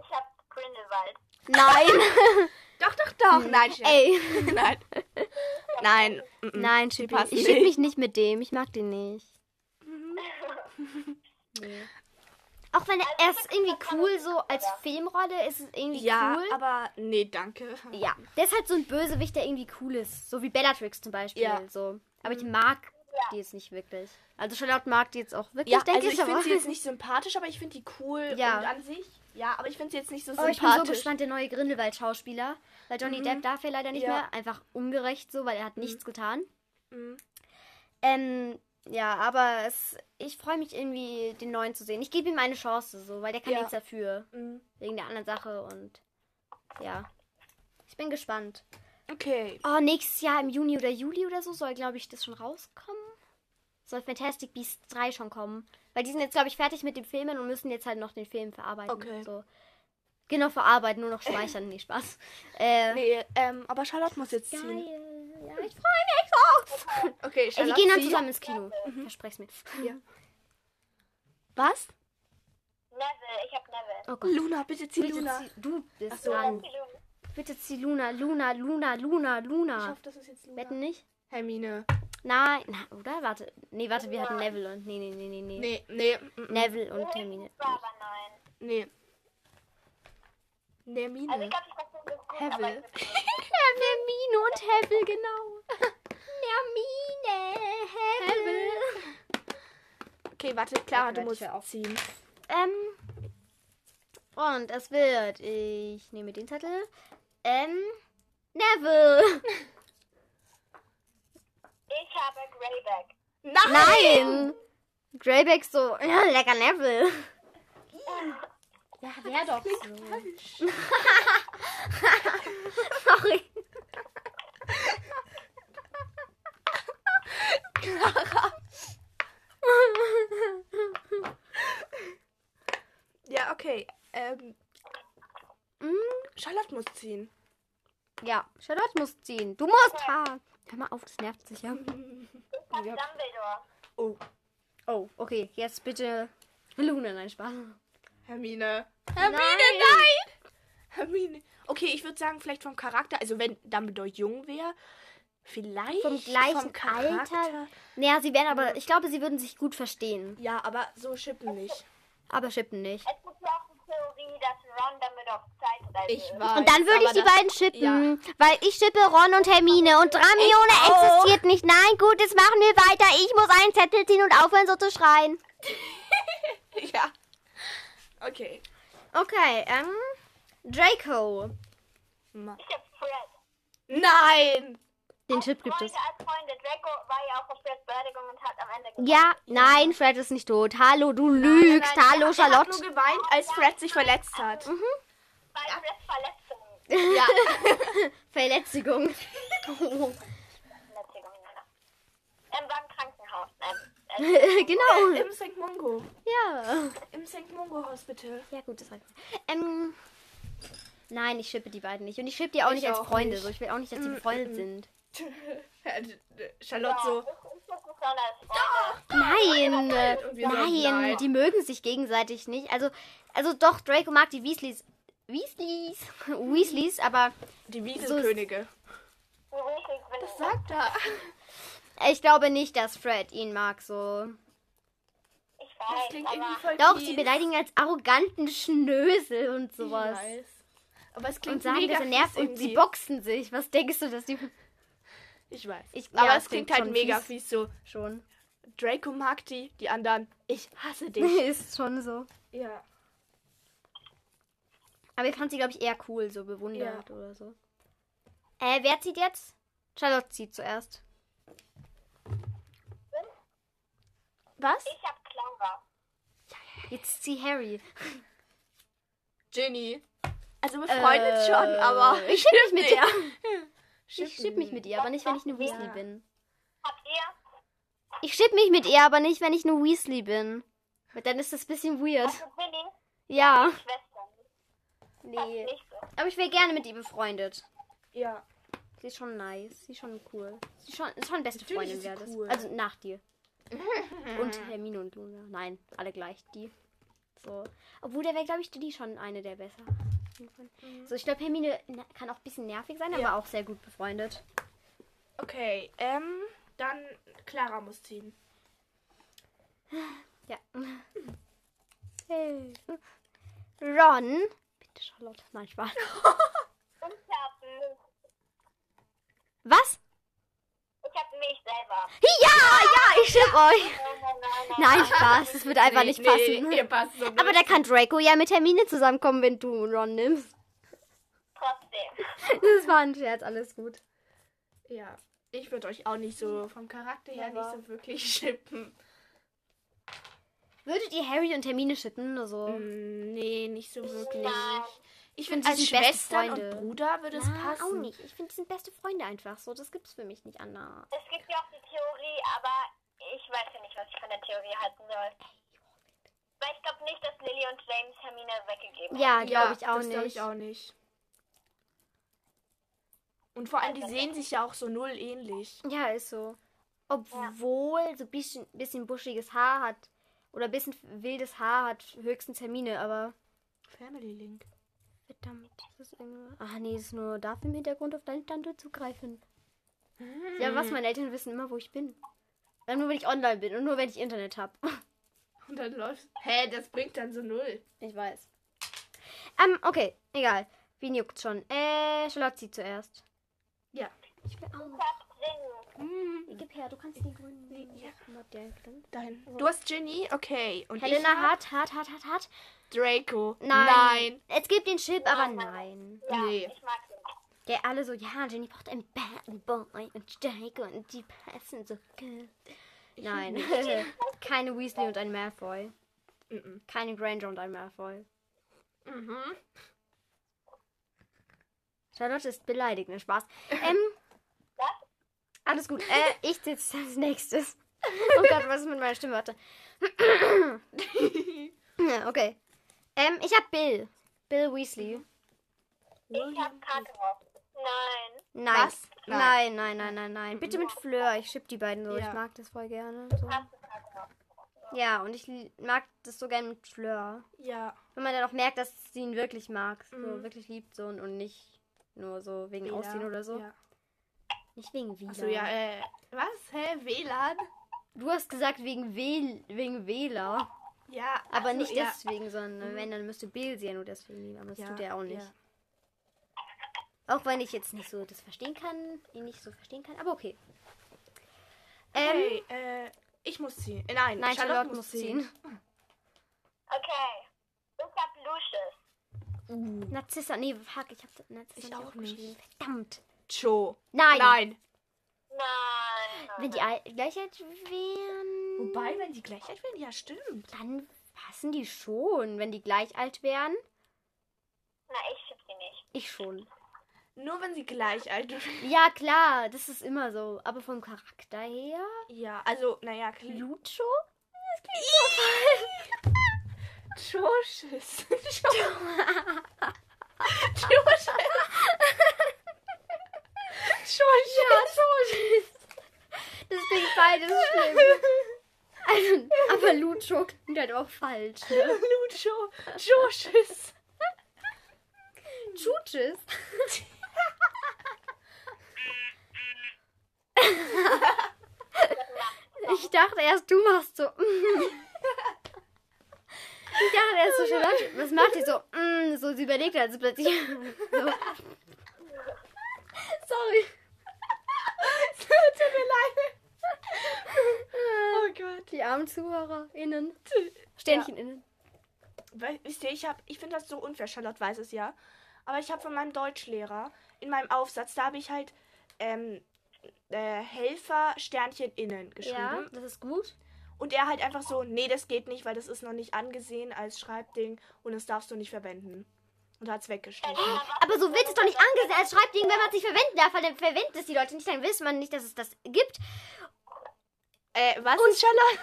D: Ich hab Grindelwald.
C: Nein!
E: Doch, doch, doch. Nein, Scherz.
C: Ey!
E: Nein. Nein. Mm-mm.
C: Nein, schieb ich,
E: passen
C: ich schieb
E: nicht.
C: mich nicht mit dem. Ich mag den nicht. nee. Auch wenn er, er ist irgendwie cool, so als Filmrolle ist es irgendwie
E: Ja,
C: cool.
E: aber nee, danke.
C: Ja, der ist halt so ein Bösewicht, der irgendwie cool ist. So wie Bellatrix zum Beispiel.
E: Ja.
C: So. Aber ich mag die jetzt nicht wirklich. Also Charlotte mag die jetzt auch wirklich,
E: Ja,
C: denke
E: also ich
C: ich. aber-
E: finde sie jetzt nicht sympathisch, aber ich finde die cool
C: Ja.
E: und an sich. Ja, aber ich finde sie jetzt nicht so
C: Oh, ich bin so
E: sympathisch.
C: gespannt, der neue Grindelwald-Schauspieler. Weil Johnny Depp darf Mhm. ja Mhm. leider nicht
E: Ja.
C: mehr. Einfach ungerecht so, weil er hat nichts getan. Ähm, ja, aber es, ich freue mich irgendwie, den neuen zu sehen. Ich gebe ihm eine Chance, so, weil der kann
E: Ja.
C: nichts dafür.
E: Mhm.
C: Wegen der anderen Sache und ja. Ich bin gespannt.
E: okay.
C: Oh, nächstes Jahr im Juni oder Juli oder so soll, glaube ich, das schon rauskommen. Soll Fantastic Beasts 3 schon kommen. Weil die sind jetzt, glaube ich, fertig mit dem Filmen und müssen jetzt halt noch den Film verarbeiten.
E: Okay.
C: So. Genau, verarbeiten, nur noch speichern. nee, Spaß. Äh,
B: Nee, ähm, aber Charlotte muss jetzt ziehen.
C: Geil. Ja, ich freue mich drauf.
B: Okay,
C: Ey, wir
B: Charlotte.
C: gehen dann
B: zieh.
C: zusammen ins Kino. Versprech's mir.
B: Ja.
C: Was?
D: Neville, ich hab Neville.
C: Oh Gott.
B: Luna, bitte zieh
C: Bitte
B: Luna.
C: zieh, du bist
B: so.
D: Das
C: dran.
D: ist die Luna.
C: Bitte zieh Luna, Luna, Luna, Luna,
B: Ich
C: Luna.
B: hoffe, das ist jetzt Luna.
C: Ah. Wetten nicht?
B: Hermine.
C: Nein, na, oder? Warte. Nee, warte, wir hatten Neville und. Nee, nee, nee, nee, nee.
B: Nee, nee, mm, mm,
C: Neville und Hermine.
D: Das war aber nein.
B: nee.
D: Also ich
B: Nermine.
D: glaube, ich weiß nicht, so gut, aber
B: Hevel.
D: ich bin
C: Hermine und Hevel, genau. Hermine, Hevel.
B: Okay, warte, Clara,
C: Warte, warte, ich
B: du musst
C: hör auf.
B: ziehen.
C: Ähm. Und es wird. Ich nehme den Zettel. Ähm. Neville.
D: Ich habe Greyback.
C: Nein! Greyback so. Ja, lecker Neville. Ja, wär doch so. Sorry.
B: Ja, okay. Ähm, Mm. Charlotte muss ziehen.
C: Ja, Charlotte muss ziehen. Du musst haben. Hör mal auf, das nervt sich ja.
D: Ich habe Dumbledore.
B: Oh,
C: Oh, okay. Jetzt bitte. Luna, nein, Spaß.
B: Hermine.
C: Hermine, nein!
B: Hermine. Okay, ich würde sagen, vielleicht vom Charakter, also wenn Dumbledore jung wäre, vielleicht
C: Vom gleichen
B: vom Charakter.
C: Alter. Naja, sie wären aber. Ich glaube, sie würden sich gut verstehen.
B: Ja, aber so schippen nicht.
C: Aber schippen nicht.
D: Es gibt ja auch die Theorie, dass Ron Dumbledore auf Zeitreise ist.
B: weiß.
C: Und dann würde ich die beiden schippen, weil ich schippe Ron und Hermine und Dramione
B: auch.
C: existiert nicht. Nein, gut, jetzt machen wir weiter. Ich muss einen Zettel ziehen und aufhören so zu schreien.
B: beiden. Ja. Okay.
C: Okay, ähm, Draco.
B: Ma-
D: Ich habe Fred.
B: Nein!
C: Den Chip gibt es.
D: Freunde als Freunde. Draco war ja auch auf Freds Beerdigung und hat am Ende gesagt,
C: Ja, nein, Fred ist nicht tot. Hallo, du lügst.
B: Nein,
C: Hallo,
B: er hat
C: Charlotte. Mhm.
B: nur geweint, als Fred sich verletzt hat.
D: bei Freds Verletzung.
B: Ja.
C: Verletzigung.
D: Verletzung, ja. Ähm, war im Krankenhaus. Nein. Äh,
C: genau.
B: Im St. Mungo.
C: Ja.
B: Im St. Mungo Hospital.
C: Ja, gut, das reicht. Ähm, nein, ich schippe die beiden nicht. Und ich schippe die auch
B: Ich
C: nicht als
B: auch
C: Freunde.
B: nicht.
C: So, ich will auch nicht, dass die befreundet sind.
B: Charlotte
D: also,
B: so. Ah!
D: Ich muss nicht Ron als Freunde.
C: Nein, äh,
B: Und wir sagen
C: nein,
B: nein.
C: die mögen sich gegenseitig nicht. Also, also doch, Draco mag die Weasleys. Weasleys? Weasleys, aber
B: Die Wieselkönige.
D: Die Weasleys sind
B: Was sagt er?
C: ich glaube nicht, dass Fred ihn mag so.
D: Ich
B: Das
D: weiß,
B: klingt
D: aber
B: irgendwie voll
C: Doch,
B: fies.
C: sie beleidigen ihn als arroganten Schnösel und
B: Ich
C: sowas.
B: weiß. Aber es klingt
C: Und sagen,
B: mega
C: dass er nervt
B: fies
C: und sie
B: irgendwie.
C: boxen sich. Was denkst du, dass die
B: Ich weiß.
C: Ich-
B: aber
C: ja,
B: es klingt, halt
C: schon
B: mega
C: fies.
B: fies. so.
C: schon?
B: Draco mag die, die anderen. Ich hasse dich.
C: Ist schon so.
B: ja.
C: Aber ich fand sie, glaube ich, eher cool, so bewundert oder so. Äh, wer zieht jetzt? Charlotte zieht zuerst.
B: Was?
D: ich habe Clara.
C: Jetzt zieh Harry.
B: Ginny. Also befreundet
C: Äh,
B: schon, aber
C: Ich schieb mich mit
B: nicht.
C: ihr. Ich schieb mich mit ihr, aber nicht, wenn ich eine Weasley bin.
D: Habt ihr?
C: Ich schieb mich mit ihr, aber nicht, wenn ich eine Weasley bin. Weil Dann ist das ein bisschen weird.
D: Also Billy,
C: Ja.
D: Schwester.
C: Nee.
D: Nicht so.
C: Aber ich wäre gerne mit ihr befreundet.
B: Ja.
C: Sie ist schon nice. Sie ist schon cool. Sie ist schon, ist schon beste
B: Natürlich
C: Freundin,
B: ist sie
C: wäre das.
B: cool.
C: Also nach dir. und Hermine und Luna. Nein, alle gleich. Die. So. Obwohl, da wäre, glaube ich, die schon eine der besser. So, ich glaube, Hermine ne- kann auch ein bisschen nervig sein, aber auch sehr gut befreundet.
B: Okay, ähm, dann Clara muss ziehen.
C: Ja. Hey. Ron. Bitte, Charlotte. Nein, Spaß.
D: Ich hab mich.
C: Was?
D: Ich hab mich selber.
C: Ja, ja, ich schipp euch.
D: Nein, nein, nein, nein.
C: Nein, Spaß. Es wird einfach
B: Nee,
C: nicht
B: nee,
C: passen.
B: ihr passt so
C: aber da kann Draco ja mit Hermine zusammenkommen, wenn du Ron nimmst.
D: Trotzdem.
C: Das war ein Scherz, alles gut.
B: Ja. Ich würde euch auch nicht so vom Charakter her nicht so wirklich schippen.
C: Würdet ihr Harry und Also, Hermine schippen oder so?
B: Hm, Nee, nicht so wirklich.
D: Nein.
B: Ich finde,
C: Als
B: als
C: beste
B: Schwestern
C: Freunde.
B: und Bruder würde es
C: Na,
B: passen.
C: auch nicht. Ich finde, die sind beste Freunde einfach so. Das gibt's für mich nicht, Anna.
D: Es gibt ja auch die Theorie, aber ich weiß ja nicht, was ich von der Theorie halten soll. Weil ich glaube nicht, dass Lily und James Hermine weggegeben.
C: Ja, glaube
B: Ja,
C: ich auch
B: das glaube
C: nicht.
B: ich auch nicht. Und vor allem, die sehen sich ja auch so null ähnlich.
C: Ja, ist so. Obwohl so ein bisschen, bisschen buschiges Haar hat. Oder ein bisschen wildes Haar hat höchstens Hermine, aber.
B: Family Link.
C: Verdammt, das ist irgendwie. Ach nee, das ist nur darf im Hintergrund auf deine Tante zugreifen. Ja, was? Meine Eltern wissen immer, wo ich bin. Dann nur, wenn ich online bin und nur, wenn ich Internet habe.
B: Und dann läuft. Hä, das bringt dann so null.
C: Ich weiß. Ähm, okay, egal. Wen juckt schon? Äh, Charlotte zieht zuerst.
B: Ja.
C: Ich will auch noch.
D: Klappt Sinn.
C: Gib her, du kannst den grünen. Ja.
B: Dahin. Du hast Ginny, okay. Und ich
C: Helena
B: hab
C: hat, hat, hat, hat, hat.
B: Draco.
C: Nein. Es gibt den Chip, aber nein.
D: Ja,
B: Nee.
D: ich mag sie.
C: Ja, alle so, ja, Jenny braucht einen Bad Boy und Draco und die passen so gut. Nein. Keine Weasley und ein Malfoy.
B: Mhm.
C: Keine Granger und ein Malfoy.
B: Mhm.
C: Charlotte ist beleidigt, ne Spaß. Ähm.
D: Was?
C: Alles gut. Äh, ich sitze als nächstes. Oh Gott, was ist mit meiner Stimme? Warte. Ja, okay. Ähm, ich hab Bill. Bill Weasley.
B: Mhm.
D: Ich hab Karte geworfen. Nein.
C: Nein.
B: Was?
C: Nein, nein, nein, nein, nein. Bitte mit Fleur. Ich schipp die beiden so.
B: Ja.
C: Ich mag das voll gerne. So.
D: Hast du Karte geworfen.
C: Ja, und ich li- mag das so gerne mit Fleur.
B: Ja.
C: Wenn man dann auch merkt, dass sie ihn wirklich mag. So
B: Mhm.
C: wirklich liebt so und, und nicht nur so wegen
B: Wela.
C: Aussehen oder so.
B: Ja.
C: Nicht wegen Wieler.
B: Achso, ja, äh. Was? Hä? WLAN?
C: Du hast gesagt wegen, Wel wegen Wähler.
B: Ja.
C: Aber
B: also,
C: nicht
B: ja. Mhm.
C: deswegen, sondern wenn, dann müsste Bill sie ja nur deswegen lieben. Aber das
B: Ja,
C: tut er auch nicht.
B: ja.
C: Auch wenn ich jetzt nicht so das verstehen kann, ihn nicht so verstehen kann, aber okay. Ähm,
B: Okay, äh, ich muss ziehen. Äh, nein,
C: nein, Charlotte, muss ziehen.
D: Okay. Ich hab Lucius.
C: Narzissa, nee, fuck, ich hab Narzissa
B: Ich
C: nicht
B: auch
C: aufgeschrieben. Verdammt.
B: Joe.
C: Nein.
B: Nein.
D: Nein.
C: Wenn die Al- Gleichheit wären,
B: Wobei, wenn die Gleichheit wären, ja, stimmt.
C: dann passen die schon. Wenn die gleich alt wären,
D: Na, ich schieb sie nicht.
C: ich schon.
B: Nur wenn sie gleich alt wären.
C: Ja, klar, das ist immer so. Aber vom Charakter her,
B: Ja, also, naja, klar.
C: Lucho? Das klingt so falsch.
B: Josches.
C: Das klingt beides schlimm. Also, aber Lucho klingt halt auch falsch.
B: Äh,
C: Ne?
B: Lucho. Josches.
C: Chuches. Ich dachte erst, du machst so. Ich dachte erst so, Charlotte, was macht die so? mm, So, sie überlegt also plötzlich. So. Sorry.
B: Oh Gott.
C: Die armen ZuhörerInnen. Sternchen innen.
B: Weil, Wisst ihr, ich, hab- ich finde das so unfair, Charlotte weiß es ja. Aber ich habe von meinem Deutschlehrer in meinem Aufsatz, da habe ich halt ähm, äh, Helfer Sternchen innen geschrieben.
C: das ist gut.
B: Und er halt einfach so, nee, das geht nicht, weil das ist noch nicht angesehen als Schreibding und das darfst du nicht verwenden. Und hat's weggestrichen.
C: Aber so wird es doch nicht Also angesehen als Schreibding, wenn man es nicht verwenden darf, weil dann verwenden es die Leute nicht, dann wissen man nicht, dass es das gibt.
B: Äh, was und ist Charlotte?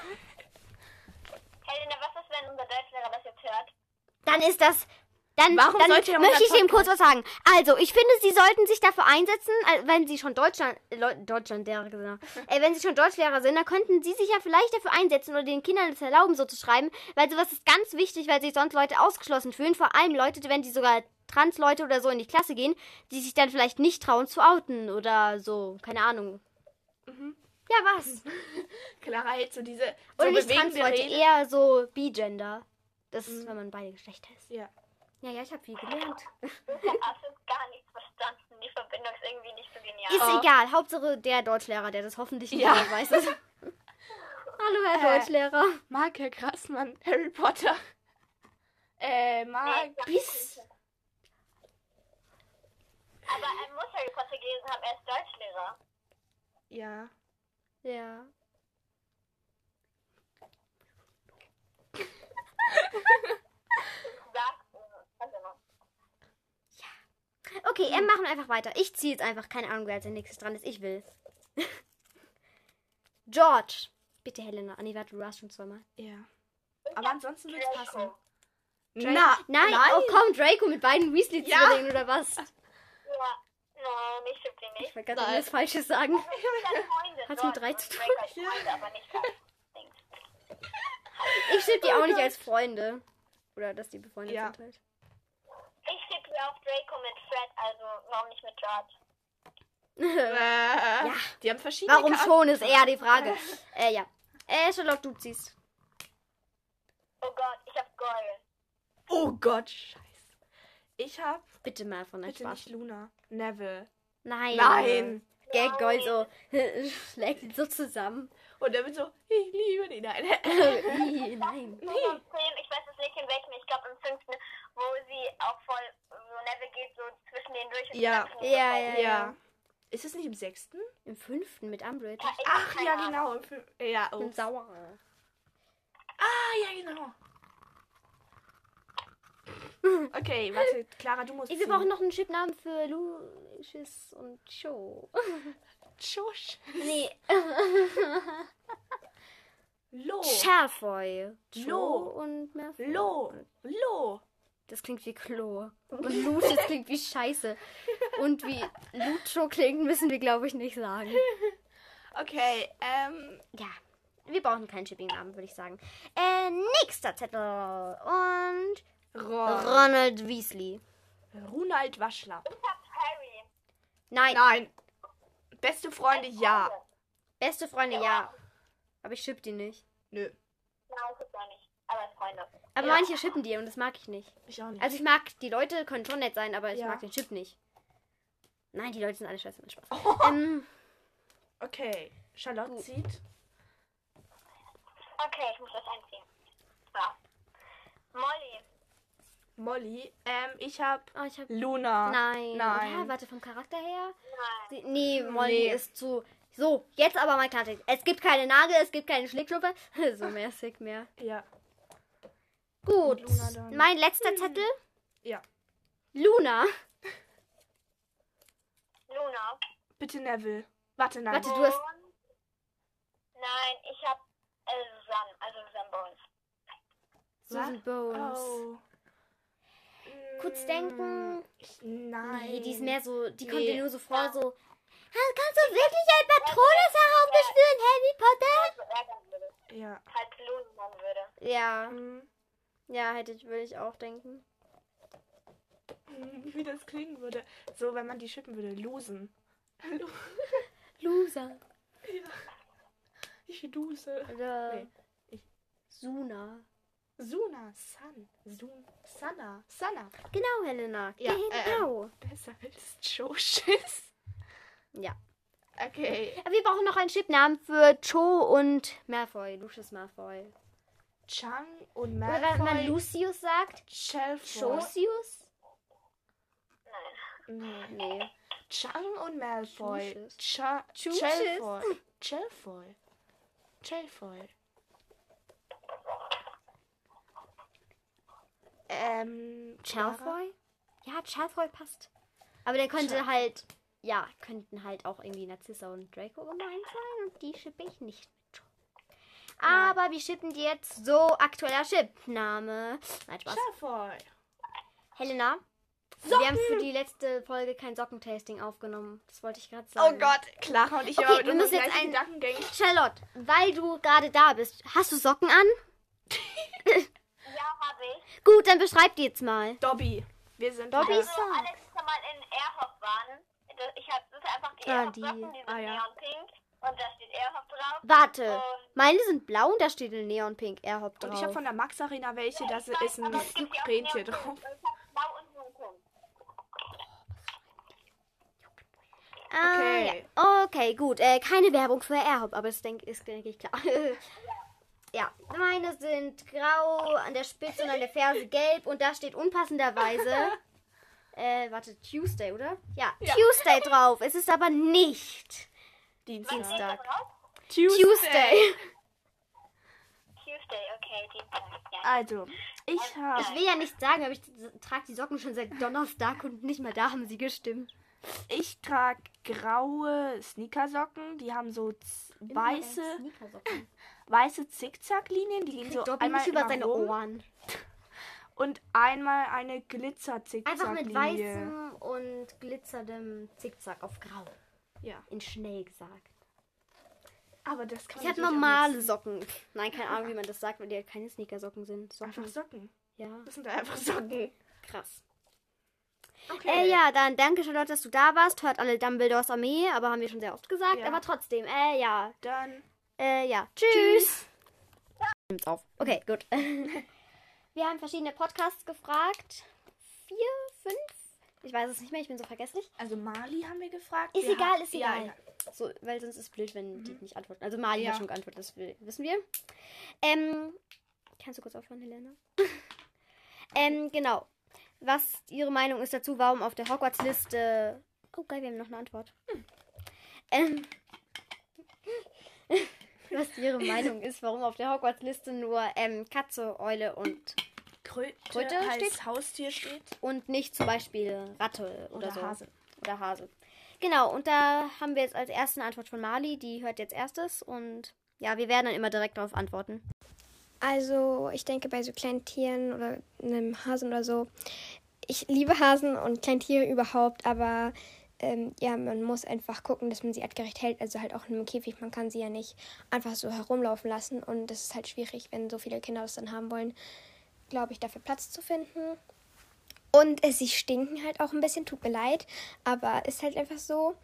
D: Helena, was ist, wenn unser Deutschlehrer das jetzt hört?
C: Dann ist das. Dann,
B: Warum
C: dann
B: sollte er
C: möchte ich
B: unseren
C: dem kurz was sagen. Also, ich finde, Sie sollten sich dafür einsetzen, äh, wenn Sie schon Deutschland, äh, Leu- Deutschlandlehrer sind, äh, wenn Sie schon Deutschlehrer sind, dann könnten Sie sich ja vielleicht dafür einsetzen oder den Kindern es erlauben, so zu schreiben, weil sowas ist ganz wichtig, weil sich sonst Leute ausgeschlossen fühlen, vor allem Leute, wenn die sogar Transleute oder so in die Klasse gehen, die sich dann vielleicht nicht trauen zu outen oder so, keine Ahnung.
B: Mhm.
C: Ja, was?
B: Clara hält halt so diese so
C: Oder nicht
B: bewegende
C: Transleute,
B: Rede.
C: eher so Bigender. Das
B: Mhm.
C: ist, wenn man beide Geschlechter ist.
B: Ja.
C: Ja, ja, ich habe viel gelernt.
D: Ich hab absolut gar nichts verstanden. Die Verbindung ist irgendwie nicht so genial.
C: Ist egal. Hauptsache der Deutschlehrer, der das hoffentlich nicht
B: Ja.
C: mehr weiß. Hallo, Herr
B: Äh.
C: Deutschlehrer.
B: Mark, Herr Grassmann, Harry Potter. Äh, Mark.
C: Bis.
D: Aber er muss Harry Potter gelesen haben. Er ist Deutschlehrer.
B: Ja.
C: Ja.
D: Sagt, was immer.
C: Okay,
B: Hm.
C: äh, machen wir einfach weiter. Ich ziehe jetzt einfach. Keine Ahnung, wer als nächstes dran ist. Ich will. George. Bitte, Helena. Ah, nee, warte, du warst schon zweimal.
B: Ja. Aber ansonsten wird's passen.
C: Draco-
B: Na,
C: nein,
B: nein.
C: Oh, komm, Draco mit beiden Weasley-Zwillingen oder was?
D: Ja, no, nicht stimmt die
C: Ich
D: nicht.
C: wollte gerade irgendwas Falsches sagen.
D: Deine Freunde
C: Hat's mit
D: dort
C: drei
D: und
C: zu
D: Drake als Freunde, aber nicht als Dings.
C: Ich schieb die auch nicht als Freunde. Oder dass die befreundet
B: Oh Ja.
C: sind halt.
D: Ich schieb hier auf Draco mit Fred, also warum nicht mit George?
B: Äh, Die haben verschiedene
C: Warum
B: Charakter-
C: schon, ist eher die Frage. Äh, ja. Äh, Charlotte, du ziehst.
D: Oh Gott, ich hab Goyle.
B: Oh Gott, scheiße. Ich hab
C: Bitte mal von einem
B: bitte
C: Spaß.
B: nicht Luna. Neville.
C: Nein.
B: Nein.
C: Gag Gold so schlägt ihn so zusammen.
B: Und dann wird so, ich liebe die. Nein.
C: Ih, Nein.
D: Nee. Im Film, ich weiß es nicht in welchem, ich glaube im fünften, wo sie auch voll, so Neville geht so zwischen denen durch und die
B: Ja.
D: ganzen
C: Ja,
D: Leute-
C: ja, ja.
B: ja. Ist es nicht im sechsten?
C: Im fünften mit Umbridge.
D: Ich hab
B: Ach
D: keine
B: ja,
D: Ahnung.
B: genau. im Fün- Ja, oh.
C: Im Sauer.
B: Ah, ja, genau. Okay, warte, Clara, du musst.
C: Ey, wir brauchen noch einen Chipnamen für Lucius und Cho. Äh,
B: Schusch.
C: Nee,
B: Lo.
C: Schafoy. Cho
B: Lo.
C: und Malfoy.
B: Lo. Lo.
C: Das klingt wie Klo. Und Lucius klingt wie Scheiße. Und wie Lucho klingt, müssen wir, glaube ich, nicht sagen.
B: Okay, ähm.
C: Ja, wir brauchen keinen Shipping-Namen, würde ich sagen. Äh, nächster Zettel. Und
B: Ron.
C: Ronald Weasley.
B: Ronald Waschler.
D: Ich hab Harry.
C: Nein,
B: Nein. Beste Freunde, ja.
C: beste Freunde, ja. Aber ich schipp die nicht.
B: Nö.
D: Nein, ich gar nicht. Aber Freunde.
C: Aber
B: Ja.
C: manche schippen die und das mag ich nicht.
B: Ich auch nicht.
C: Also ich mag, die Leute können schon nett sein, aber ich
B: Ja.
C: mag den Chip nicht. Nein, die Leute sind alle scheiße mit Spaß.
B: Oh.
C: Ähm,
B: okay. Charlotte zieht.
D: Okay, ich muss das einziehen. Ja. Molly.
B: Molly. Ähm, ich hab.
C: oh, ich hab...
B: Luna.
C: Nein.
B: Nein.
C: Oder? Warte, vom Charakter her?
D: Nein.
C: Sie- Nee, Molly
B: Nee.
C: ist zu... So, jetzt aber mal Klartext. Es gibt keine Nagel, es gibt keine Schlickschnuppe. So mäßig mehr.
B: Ja.
C: Gut.
B: Und Luna dann.
C: Mein letzter Zettel.
B: Ja.
C: Luna.
D: Luna.
B: Bitte Neville. Warte, nein.
C: Warte, du hast.
D: Und- Nein, ich hab äh, Susan, also Susan Bones.
C: Susan Bones.
B: Oh.
C: Kurz denken.
B: Ich, nein.
C: Nee, die ist mehr so. Die kommt
B: Nee.
C: dir nur so vor, so. "Ah, Kannst du wirklich ein Patronus heraufbeschwören, Harry Potter?
D: So ärgern würde.
B: Ja.
D: Falls Luna machen würde.
C: Ja,
B: Mhm.
C: ja, hätte ich, würde ich auch denken.
B: Wie das klingen würde. So, wenn man die schippen würde. Losen. Lo-
C: Loser.
B: Ich lose.
C: Oder.
B: Nee, ich-
C: Suna.
B: Suna. Sun. Sun. Sana. Sana.
C: Genau, Helena.
B: Ja, äh,
C: genau.
B: Besser als Josh ist.
C: Ja.
B: Okay.
C: Aber wir brauchen noch einen Chipnamen für Cho und Malfoy. Lucius Malfoy.
B: Chang und
C: Oder wenn man
B: Malfoy.
C: Lucius sagt,
B: Shelford.
C: Chosius?
D: Nein.
B: Nee.
C: Nee.
B: Mm. Chang und Malfoy.
C: Schuschis.
B: Cha-
C: Schuschis.
B: Chelfoy. Chelfoy. Chelfoy. Ähm, Clara?
C: Chalfoy? Ja, Chalfoy passt. Aber der könnte
B: Chal-
C: halt, ja, könnten halt auch irgendwie Narzissa und Draco gemeint sein und die schippe ich nicht mit Cho. Aber wir schippen die jetzt so aktueller Chipname. Nein, Spaß.
B: Chelfoy.
C: Helena, wir haben für die letzte Folge kein Sockentasting aufgenommen. Das wollte ich gerade
B: Oh
C: sagen.
B: Gott, Clara und ich
C: Okay,
B: haben mit
C: wir
B: unseren
C: müssen jetzt
B: gleichen
C: einen-
B: Gedankengängen.
C: Charlotte, weil du gerade da bist, hast du Socken an?
D: Ja, habe ich.
C: Gut, dann beschreib die jetzt mal.
B: Dobby. Wir sind
C: Dobby?
B: wieder-
D: Also, alle, die schon mal in Airhoff waren, das- ich hab, das ist einfach die
C: Ah,
D: Airhoff-Socken,
C: die.
D: die sind
B: Ah, ja.
D: neon-pink und da steht Airhoff drauf.
C: Warte,
D: Und
C: meine sind blau und da steht in Neon Pink Airhop drauf.
B: Äh. Und ich habe von der Max Arena welche, da ist
D: ich weiß,
B: ein
D: aber es gibt ja auch
B: Rentier
D: neon-pink.
B: drauf.
D: Und Ich hab blau und neon-pink.
C: Ah,
B: Okay.
C: Ja. Okay, gut. Äh, keine Werbung für AirHop, aber das denk, ist, denke ich, klar. ja, meine sind grau, an der Spitze und an der Ferse gelb und da steht unpassenderweise. Äh, warte, Tuesday, oder? Ja, Tuesday drauf. Es ist aber nicht
B: Dienstag.
C: Dienstag.
B: Tuesday.
C: Tuesday.
D: Tuesday, okay, Dienstag. Ja.
B: Also, ich
F: Ah.
B: habe
C: Ich will ja nicht sagen, aber ich trage die Socken schon seit Donnerstag und nicht mal da haben sie gestimmt.
B: Ich trage graue Sneakersocken, die haben so z- weiße,
C: Sneakersocken.
B: weiße Zickzacklinien, die gehen so
C: Dobby
B: einmal
C: nicht über
B: immer
C: seine
B: rum.
C: Ohren.
B: und einmal eine Glitzer-Zickzack.
F: Einfach mit weißem und glitzerndem Zickzack auf grau.
B: Ja.
F: In schnell gesagt.
B: Aber das kann
C: Ich
B: man
C: hatte
B: natürlich auch
C: normale Socken. Nein, keine Ahnung, wie man das sagt, weil die halt keine Sneakersocken sind.
B: mit- Einfach
C: Socken.
B: Socken.
C: Ja,
B: Das sind einfach Socken.
C: krass.
B: Okay.
C: Äh, ja, dann danke Charlotte, dass du da warst. Hört alle Dumbledores Armee, aber haben wir schon sehr oft gesagt.
B: Ja.
C: Aber trotzdem, äh, ja.
B: Dann.
C: Äh, ja. Tschüss. Nimmt's auf. Okay, gut. wir haben verschiedene Podcasts gefragt. Vier, fünf? Ich weiß es nicht mehr, ich bin so vergesslich.
B: Also Mali haben wir gefragt.
C: Ist
B: Wir
C: egal,
B: ha-
C: ist
B: Ja,
C: egal.
B: ja.
C: So, weil sonst ist es blöd, wenn die nicht antworten. Also Mali
B: Ja.
C: hat schon geantwortet, das will- wissen wir. Ähm, kannst du kurz aufhören, Helena? ähm, genau. Was ihre Meinung ist dazu, warum auf der Hogwarts-Liste... Oh, geil, wir haben noch eine Antwort. Ähm, was ihre Meinung ist, warum auf der Hogwarts-Liste nur ähm, Katze, Eule und,
B: Kröte,
C: Kröte
B: als
C: steht?
B: Haustier steht.
C: und nicht zum Beispiel Ratte oder,
B: Oder
C: so.
B: Hase.
C: Oder Hase. Genau, und da haben wir jetzt als erste eine Antwort von Mali, die hört jetzt erstes und ja, wir werden dann immer direkt darauf antworten.
G: Also ich denke bei so kleinen Tieren oder einem Hasen oder so. Ich liebe Hasen und Kleintiere überhaupt, aber ähm, ja, man muss einfach gucken, dass man sie artgerecht hält. Also halt auch in einem Käfig. Man kann sie ja nicht einfach so herumlaufen lassen und das ist halt schwierig, wenn so viele Kinder das dann haben wollen, glaube ich, dafür Platz zu finden. Und äh, sie stinken halt auch ein bisschen, tut mir leid, aber ist halt einfach so.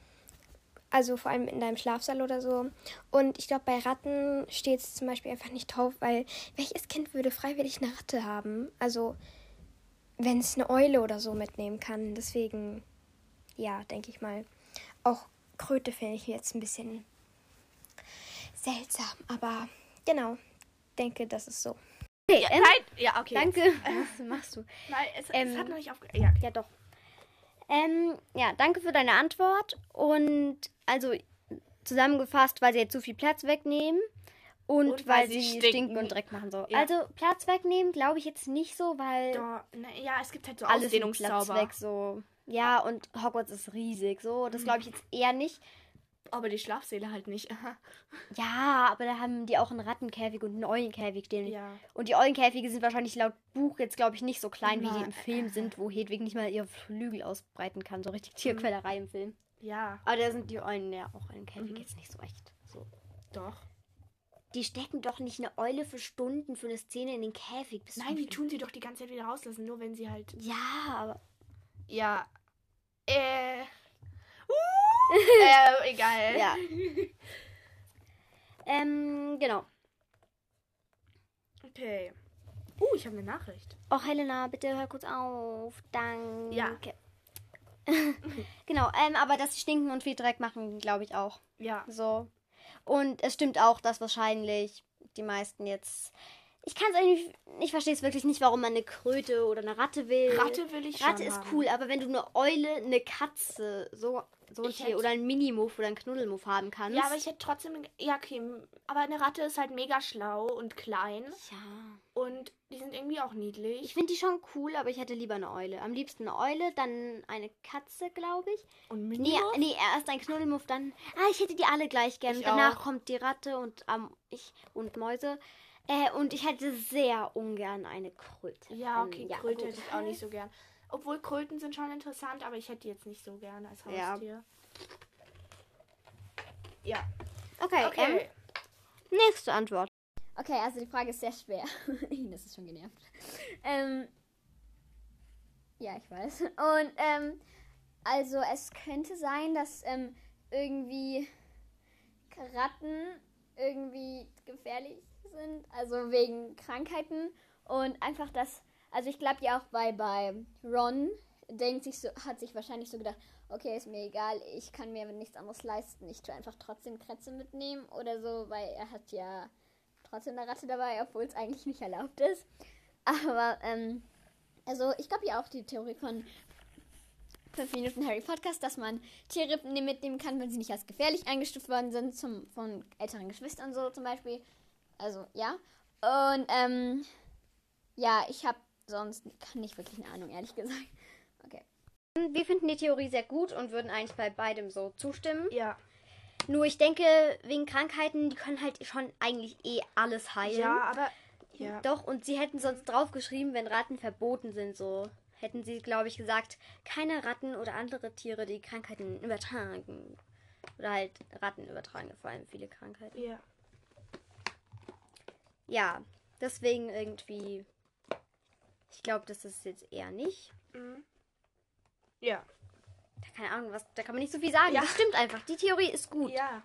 G: Also vor allem in deinem Schlafsaal oder so. Und ich glaube, bei Ratten steht es zum Beispiel einfach nicht drauf, weil welches Kind würde freiwillig eine Ratte haben? Also, wenn es eine Eule oder so mitnehmen kann. Deswegen, ja, denke ich mal. Auch Kröte finde ich jetzt ein bisschen seltsam. Aber genau, denke, das ist so.
C: Okay, ähm,
B: Nein, ja, okay.
C: danke. Was machst du?
B: Nein, es, es
C: Ähm,
B: hat noch nicht aufgehört. Ja.
C: Ja, doch. Ähm, ja, danke für deine Antwort. Und also zusammengefasst, weil sie jetzt zu viel Platz wegnehmen und, weil, sie stinken. und Dreck machen soll.
B: Ja.
C: Also Platz wegnehmen glaube ich jetzt nicht so, weil
B: Da, na, ja, es gibt halt so
C: Äh, alles nimmt Platz
B: Ausdehnungszauber.
C: weg so. Ja, und Hogwarts ist riesig so. Das glaube ich jetzt eher nicht.
B: Aber die Schlafsäle halt nicht.
C: Ja, aber da haben die auch einen Rattenkäfig und einen Eulenkäfig stehen.
B: ja.
C: Und die Eulenkäfige sind wahrscheinlich laut Buch jetzt, glaube ich, nicht so klein, wie die
B: Nein.
C: im Film sind, wo Hedwig nicht mal ihre Flügel ausbreiten kann. So richtig Tierquälerei im Film.
B: Ja,
C: Aber da sind die Eulen ja auch im Käfig
B: Mhm.
C: jetzt nicht so echt. So.
B: doch.
C: Die stecken doch nicht eine Eule für Stunden für eine Szene in den Käfig. Bist du
B: Nein, die
C: verrückt?
B: tun sie doch die ganze Zeit wieder rauslassen, nur wenn sie halt.
C: Ja, aber.
B: Ja. Äh. Uh, äh, egal.
C: Ja. ähm, genau.
B: Okay. Uh, ich habe eine Nachricht.
C: Oh, Helena, bitte hör kurz auf. Danke.
B: Ja.
C: genau, ähm, aber dass sie stinken und viel Dreck machen, glaube ich auch.
B: Ja.
C: So. Und es stimmt auch, dass wahrscheinlich die meisten jetzt. Ich kann es irgendwie. Ich verstehe es wirklich nicht, warum man eine Kröte oder eine Ratte will.
B: Ratte will ich
C: Ratte
B: schon
C: ist
B: haben.
C: cool, aber wenn du eine Eule, eine Katze, so, so ein
B: Ich
C: Tier
B: hätt-
C: oder ein Minimuff oder ein Knuddelmuff haben kannst.
B: Ja, aber ich hätte trotzdem. Ja, okay. m- Aber eine Ratte ist halt mega schlau und klein.
C: Ja.
B: Und die sind irgendwie auch
C: Ich
B: niedlich.
C: finde die schon cool, aber ich hätte lieber eine Eule. Am liebsten eine Eule, dann eine Katze, glaube ich.
B: Und
C: Nee,
B: mini.
C: nee, erst ein Knuddelmuff, dann. Ah, ich hätte die alle gleich gern.
B: Ich
C: Und danach
B: auch.
C: kommt die Ratte und ähm, ich und Mäuse. Äh, und ich hätte sehr ungern eine Kröte.
B: Ja,
C: Ähm,
B: okay. Kröte
C: gut.
B: hätte ich auch nicht so gern. Obwohl Kröten sind schon interessant, aber ich hätte die jetzt nicht so gern als
C: Ja.
B: Haustier. Ja.
C: Okay,
B: Okay.
C: Ähm, nächste Antwort.
H: Okay, also die Frage ist sehr schwer. das ist schon genervt. Ähm, ja, ich weiß. Und ähm, also es könnte sein, dass ähm, irgendwie Ratten irgendwie gefährlich sind, also wegen Krankheiten und einfach das. Also ich glaube ja auch bei bei Ron denkt sich so, hat sich wahrscheinlich so gedacht, okay, ist mir egal, ich kann mir nichts anderes leisten, ich tue einfach trotzdem Krätze mitnehmen oder so, weil er hat ja trotzdem eine Ratte dabei, obwohl es eigentlich nicht erlaubt ist. Aber, ähm, also ich glaube ja auch die Theorie von 5 Minuten Harry Podcast, dass man Tiere ne- mitnehmen kann, wenn sie nicht als gefährlich eingestuft worden sind, zum, von älteren Geschwistern so zum Beispiel. Also, ja. Und, ähm, ja, ich habe sonst nicht wirklich eine Ahnung, ehrlich gesagt. Okay.
C: Wir finden die Theorie sehr gut und würden eigentlich bei beidem so zustimmen.
B: Ja.
C: Nur ich denke, wegen Krankheiten, die können halt schon eigentlich eh alles heilen.
B: Ja, aber Ja. Mhm.
I: Doch, und sie hätten sonst draufgeschrieben, wenn Ratten verboten sind, so. Hätten sie, glaube ich, gesagt, keine Ratten oder andere Tiere, die Krankheiten übertragen. Oder halt Ratten übertragen, vor allem viele Krankheiten.
B: Ja.
I: Ja, deswegen irgendwie. Ich glaube, das ist jetzt eher nicht.
B: Mhm. Ja.
I: Da, keine Ahnung, was, da kann man nicht so viel sagen. Das stimmt einfach. Die Theorie ist gut.
B: Ja.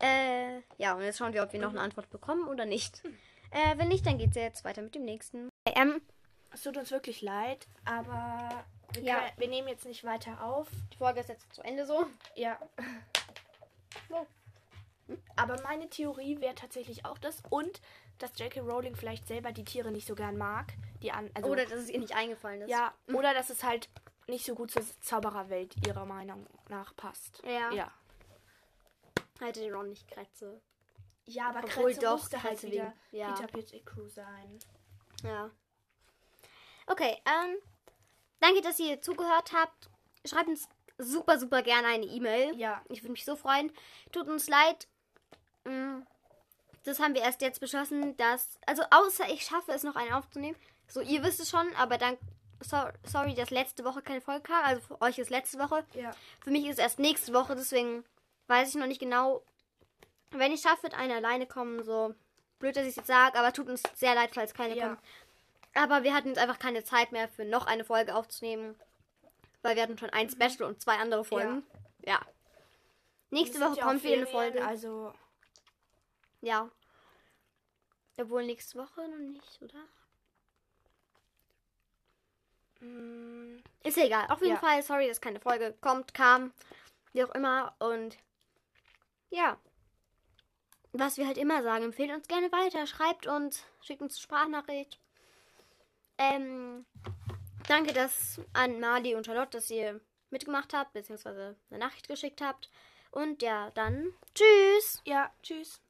I: Äh, ja, und jetzt schauen wir, ob wir noch
B: Mhm.
I: eine Antwort bekommen oder nicht.
B: Hm.
I: Äh, wenn nicht, dann geht's jetzt weiter mit dem nächsten.
C: Ähm,
B: Es tut uns wirklich leid, aber wir,
I: Ja.
B: können, wir nehmen jetzt nicht weiter auf.
I: Die Folge ist jetzt zu Ende so.
B: Ja. Aber meine Theorie wäre tatsächlich auch das und dass J.K. Rowling vielleicht selber die Tiere nicht so gern mag. Die an, also,
I: Oder dass es ihr nicht eingefallen ist.
B: ja, oder dass es halt nicht so gut zur Zaubererwelt ihrer Meinung nach passt.
I: Ja.
B: Ja,
C: Halt
I: Hätte den Ron nicht Kretze.
B: ja aber
I: Obwohl
B: Kretze
I: doch,
B: musste halt
I: Kretze
B: wieder
I: wegen- ja.
B: Peter Pettigrew sein.
I: Ja.
C: Okay, ähm, danke, dass ihr zugehört habt. Schreibt uns super, super gerne eine E-Mail.
B: Ja,
C: Ich würde mich so freuen. Tut uns leid. Mm, Das haben wir erst jetzt beschlossen, dass. Also, außer ich schaffe es noch einen aufzunehmen. So, ihr wisst es schon, aber dank. So, sorry, dass letzte Woche keine Folge kam. Also, für euch ist letzte Woche.
B: ja.
C: Für mich ist erst nächste Woche, deswegen weiß ich noch nicht genau. Wenn ich schaffe, wird eine alleine kommen. So blöd, dass ich es jetzt sage, aber tut uns sehr leid, falls keine
B: Ja.
C: kommt. Aber wir hatten jetzt einfach keine Zeit mehr für noch eine Folge aufzunehmen, weil wir hatten schon ein Special und zwei andere Folgen. Ja. Nächste
B: Mhm. Es sind
C: Woche
B: ja auch
C: kommt wieder eine
B: Ferien,
C: Folge.
B: Also,
C: Ja. Obwohl nächste Woche noch nicht, oder?
B: mm,
C: Hm, Ist ja egal. Auf jeden
B: Ja.
C: Fall, sorry, dass keine Folge kommt, kam, wie auch immer. Und ja, was wir halt immer sagen, empfehlt uns gerne weiter, schreibt uns, schickt uns Sprachnachricht. Ähm, danke dass an Mali und Charlotte, dass ihr mitgemacht habt, beziehungsweise eine Nachricht geschickt habt. Und ja, dann tschüss!
B: ja, tschüss.